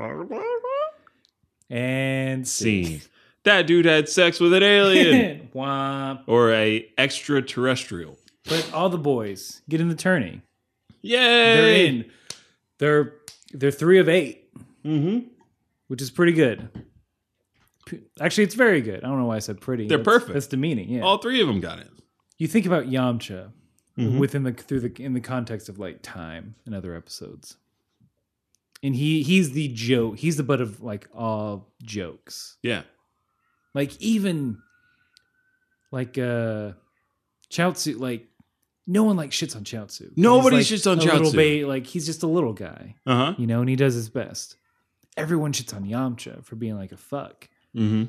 B: And
A: Scene. That dude had sex with an alien
B: Womp.
A: or a extraterrestrial.
B: But all the boys get in the tourney.
A: Yay!
B: They're in. They're they're three of eight,
A: Mm-hmm.
B: which is pretty good. P- Actually, it's very good. I don't know why I said pretty.
A: They're
B: That's-
A: perfect.
B: That's demeaning. Yeah.
A: All three of them got it.
B: you think about Yamcha
A: Mhm.
B: within the through the in the context of like time and other episodes, and he he's the joke. He's the butt of like all jokes.
A: Yeah.
B: Like even like uh Chaozu, like no one like shits on Chaozu.
A: Nobody
B: He's,
A: shits on
B: a little
A: Chaozu.
B: ba- like he's just a little guy,
A: Uh huh.
B: you know, and he does his best. Everyone shits on Yamcha for being like a fuck.
A: Mm-hmm.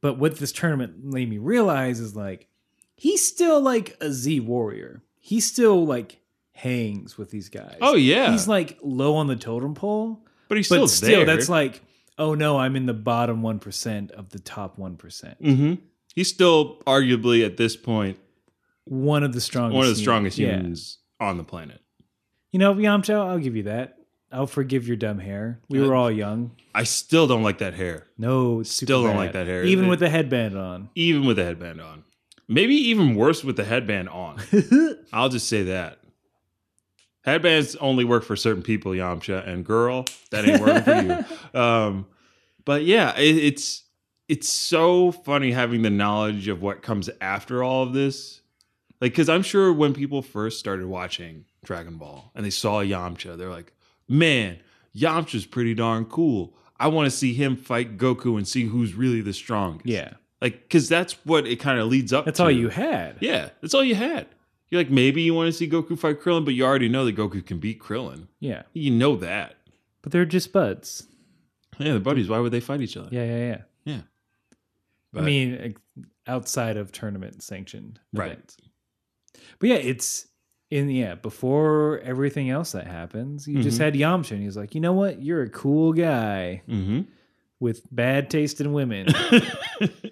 B: But what this tournament made me realize is like he's still like a Z warrior. He still like hangs with these guys.
A: Oh yeah.
B: He's like low on the totem pole,
A: but he's
B: but
A: still
B: still
A: there.
B: that's like, oh no, I'm in the bottom one percent of the top one percent.
A: hmm He's still arguably at this point
B: one of the strongest.
A: one of the strongest
B: humans.
A: humans on the planet.
B: You know, Yamcha, I'll give you that. I'll forgive your dumb hair.
A: Uh,
B: We were all young.
A: I still don't like that hair,
B: No, it's super
A: Still don't
B: bad.
A: like that hair.
B: even
A: It-
B: with the headband on.
A: even with the headband on. Maybe even worse with the headband on. I'll just say that. Headbands only work for certain people, Yamcha, and girl, that ain't working for you. Um, but yeah, it, it's it's so funny having the knowledge of what comes after all of this. Like, because I'm sure when people first started watching Dragon Ball and they saw Yamcha, they're like, man, Yamcha's pretty darn cool. I want to see him fight Goku and see who's really the strongest.
B: yeah,
A: Like, because that's what it kind of leads up
B: that's
A: to.
B: all you had.
A: Yeah, that's all you had. You're like, maybe you want to see Goku fight Krillin, but you already know that Goku can beat Krillin.
B: Yeah.
A: You know that.
B: but they're just buds.
A: Yeah, the buddies, why would they fight each other?
B: Yeah, yeah, yeah.
A: But-
B: I mean, like, outside of tournament sanctioned,
A: Right.
B: events. But yeah, it's in yeah. Before everything else that happens, you just
A: Mhm.
B: had Yamcha, and he's like, you know what? You're a cool guy
A: Mhm.
B: with bad taste in women.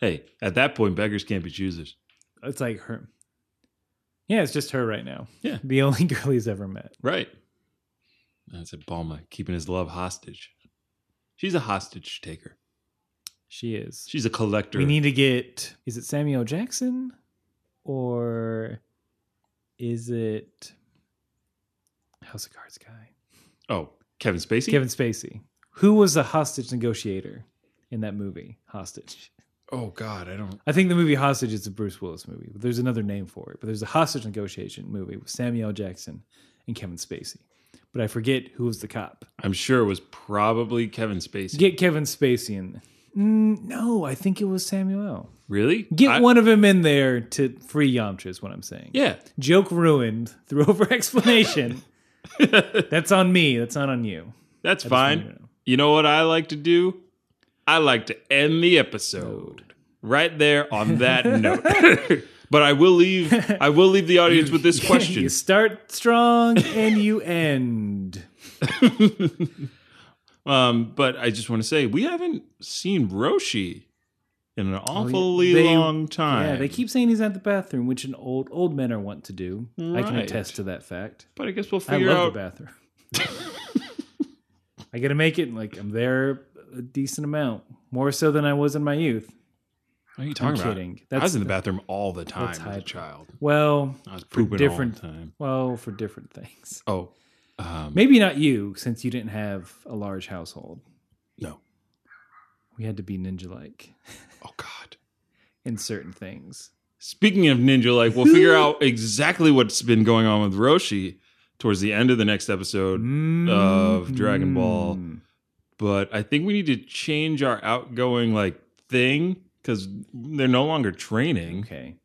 A: hey, at that point, beggars can't be choosers.
B: it's like her. Yeah, it's just her right now.
A: Yeah.
B: the only girl he's ever met.
A: Right. That's a Balma keeping his love hostage. She's a hostage taker.
B: She is.
A: She's a collector.
B: We need to get. Is it Samuel Jackson, or is it House of Cards guy?
A: oh, Kevin Spacey?
B: Kevin Spacey. Who was the hostage negotiator in that movie? Hostage.
A: Oh, God, I don't.
B: I think the movie Hostage is a Bruce Willis movie, but there's another name for it. But there's a hostage negotiation movie with Samuel Jackson and Kevin Spacey. But I forget who was the cop.
A: I'm sure it was probably Kevin Spacey.
B: Get Kevin Spacey in. Mm, no, I think it was Samuel.
A: really?
B: Get
A: I-
B: one of them in there to free Yamcha is what I'm saying.
A: Yeah.
B: Joke ruined through over explanation. That's on me. That's not on you.
A: That's
B: wanted
A: fine.
B: to know.
A: You know what I like to do? I like to end the episode right there on that note. but I will leave I will leave the audience with this question.
B: you start strong and you end.
A: Um, but I just want to say we haven't seen Roshi in an awfully
B: Oh, They-
A: long time.
B: Yeah, they keep saying he's at the bathroom, which an old old men are wont to do. I can
A: Right.
B: attest to that fact.
A: But I guess we'll
B: I
A: figure
B: love
A: out.
B: the bathroom. I gotta make it like I'm there a decent amount, more so than I was in my youth.
A: What are you talking
B: I'm
A: about?
B: kidding.
A: I was in the
B: bathroom.
A: bathroom all the time as
B: that's
A: a
B: hype.
A: child.
B: Well,
A: I was
B: for
A: pooping
B: different-
A: all the time.
B: well, for different things.
A: Oh, um,
B: Maybe not you, since you didn't have a large household.
A: no.
B: We had to be ninja like
A: Oh God.
B: in certain things.
A: Speaking of ninja, like we'll figure out exactly what's been going on with Roshi towards the end of the next episode.
B: Mm-hmm.
A: Of Dragon Ball.
B: Mm.
A: But I think we need to change our outgoing like thing because they're no longer training.
B: Okay.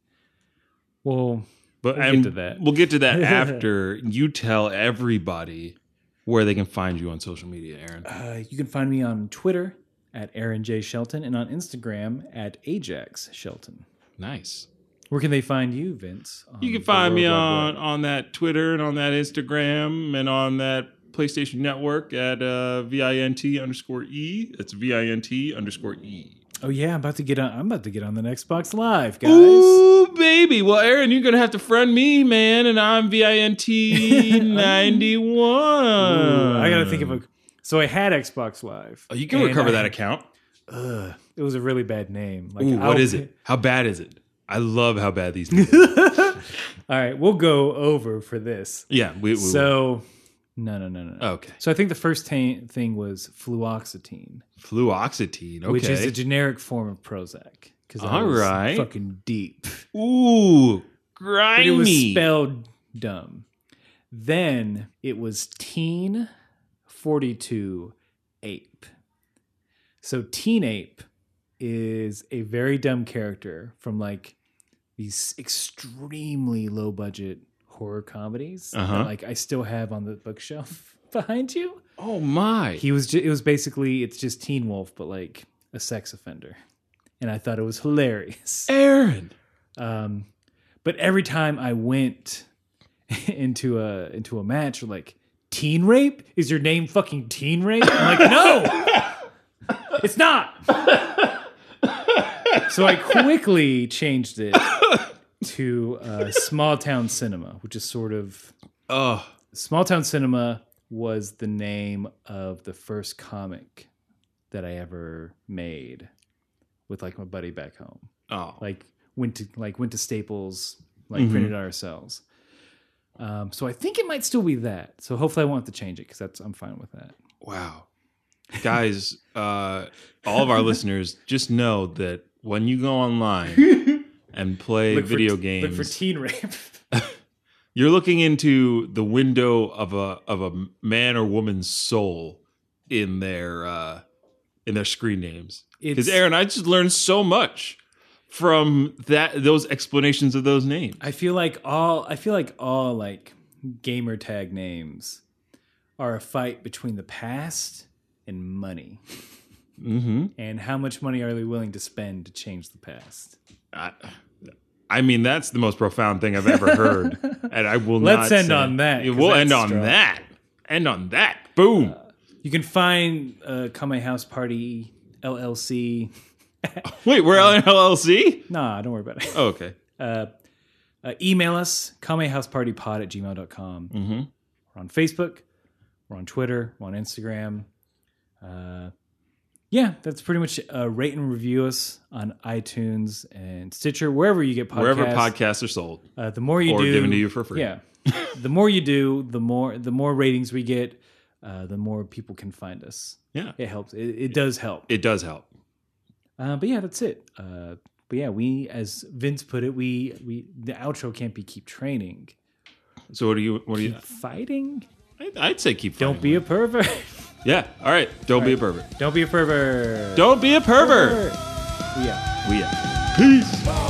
B: Well,
A: But
B: We'll get
A: I'm-
B: to that.
A: We'll get to that after you tell everybody where they can find you on social media, Aaron.
B: Uh, you can find me on Twitter at Aaron J. Shelton and on Instagram at Ajax Shelton.
A: Nice.
B: Where can they find you, Vince? on
A: You can
B: the
A: find me
B: world
A: on
B: wide web?
A: on that Twitter and on that Instagram and on that PlayStation Network at uh, vint underscore e. It's vint underscore e.
B: Oh yeah, I'm about to get on. I'm about to get on the next box live, guys.
A: Ooh, baby. Well, Aaron, you're gonna have to friend me, man, and I'm vint ninety one.
B: Ooh, I gotta think of a. So I had Xbox Live.
A: Oh, you can
B: and
A: recover
B: I-
A: that account.
B: Ugh, it was a really bad name. Like,
A: Ooh, what
B: I'll-
A: is it? How bad is it? I love how bad these. Names are.
B: All right, we'll go over for this.
A: yeah, we, we
B: So, no, no, no, no. no.
A: okay.
B: So I think the first ta- thing was fluoxetine.
A: Fluoxetine. Okay.
B: which is a generic form of Prozac. Because I was
A: Alright.
B: fucking deep.
A: Ooh,
B: But
A: grimy.
B: it was spelled dumb. Then it was teen 42 ape. So teen ape is a very dumb character from like these extremely low budget horror comedies
A: Uh-huh.
B: that like I still have on the bookshelf behind you.
A: oh my.
B: He was. Ju- it was basically it's just Teen Wolf, but like a sex offender, and I thought it was hilarious.
A: Aaron.
B: Um, but every time I went into a into a match, like Teen Rape is your name, fucking Teen Rape. I'm like, no, it's not. So I quickly changed it to uh, Small Town Cinema, which is sort of
A: Oh,
B: Small Town Cinema was the name of the first comic that I ever made with like my buddy back home.
A: oh,
B: Like went to like went to Staples, like
A: Mhm.
B: printed it ourselves. Um, so I think it might still be that. So hopefully I won't have to change it because that's I'm fine with that.
A: wow, guys. Uh, all of our listeners just know that when you go online and play
B: Look for-
A: video
B: Look
A: games,
B: for teen rape.
A: you're looking into the window of a of a man or woman's soul in their uh, in their screen names. Because
B: It's
A: Aaron, I just learned so much from that those explanations of those names.
B: I feel like all I feel like all like gamer tag names are a fight between the past and money.
A: Mm-hmm.
B: and how much money are they willing to spend to change the past?
A: I, I mean, that's the most profound thing I've ever heard, and I will.
B: Let's
A: not
B: end
A: say-
B: on that, 'cause
A: We'll
B: that's
A: end on
B: strong.
A: that. End on that. Boom.
B: You can find uh, Come My House Party LLC.
A: Wait, we're on LLC.
B: Nah, don't worry about it.
A: Oh, okay.
B: Uh, uh, email us, kamehousepartypod at gmail.com.
A: Mhm.
B: We're on Facebook. We're on Twitter. We're on Instagram. Uh, yeah, that's pretty much uh, Rate and review us on iTunes and Stitcher, wherever you get podcasts.
A: Wherever podcasts are sold
B: Uh, the more you
A: or
B: do,
A: given to you for free.
B: Yeah. the more you do, the more the more ratings we get, uh, the more people can find us.
A: Yeah.
B: It helps. It, it does help.
A: It does help.
B: Uh, but yeah, that's it. Uh, but yeah, we as Vince put it, we we the outro can't be keep training,
A: So what do you? What do you?
B: keep fighting.
A: I- I'd say keep.
B: Don't
A: fighting.
B: be a pervert.
A: Yeah. All right. Don't be a pervert.
B: Don't be a pervert.
A: Don't be a pervert.
B: Yeah.
A: We. out. Peace.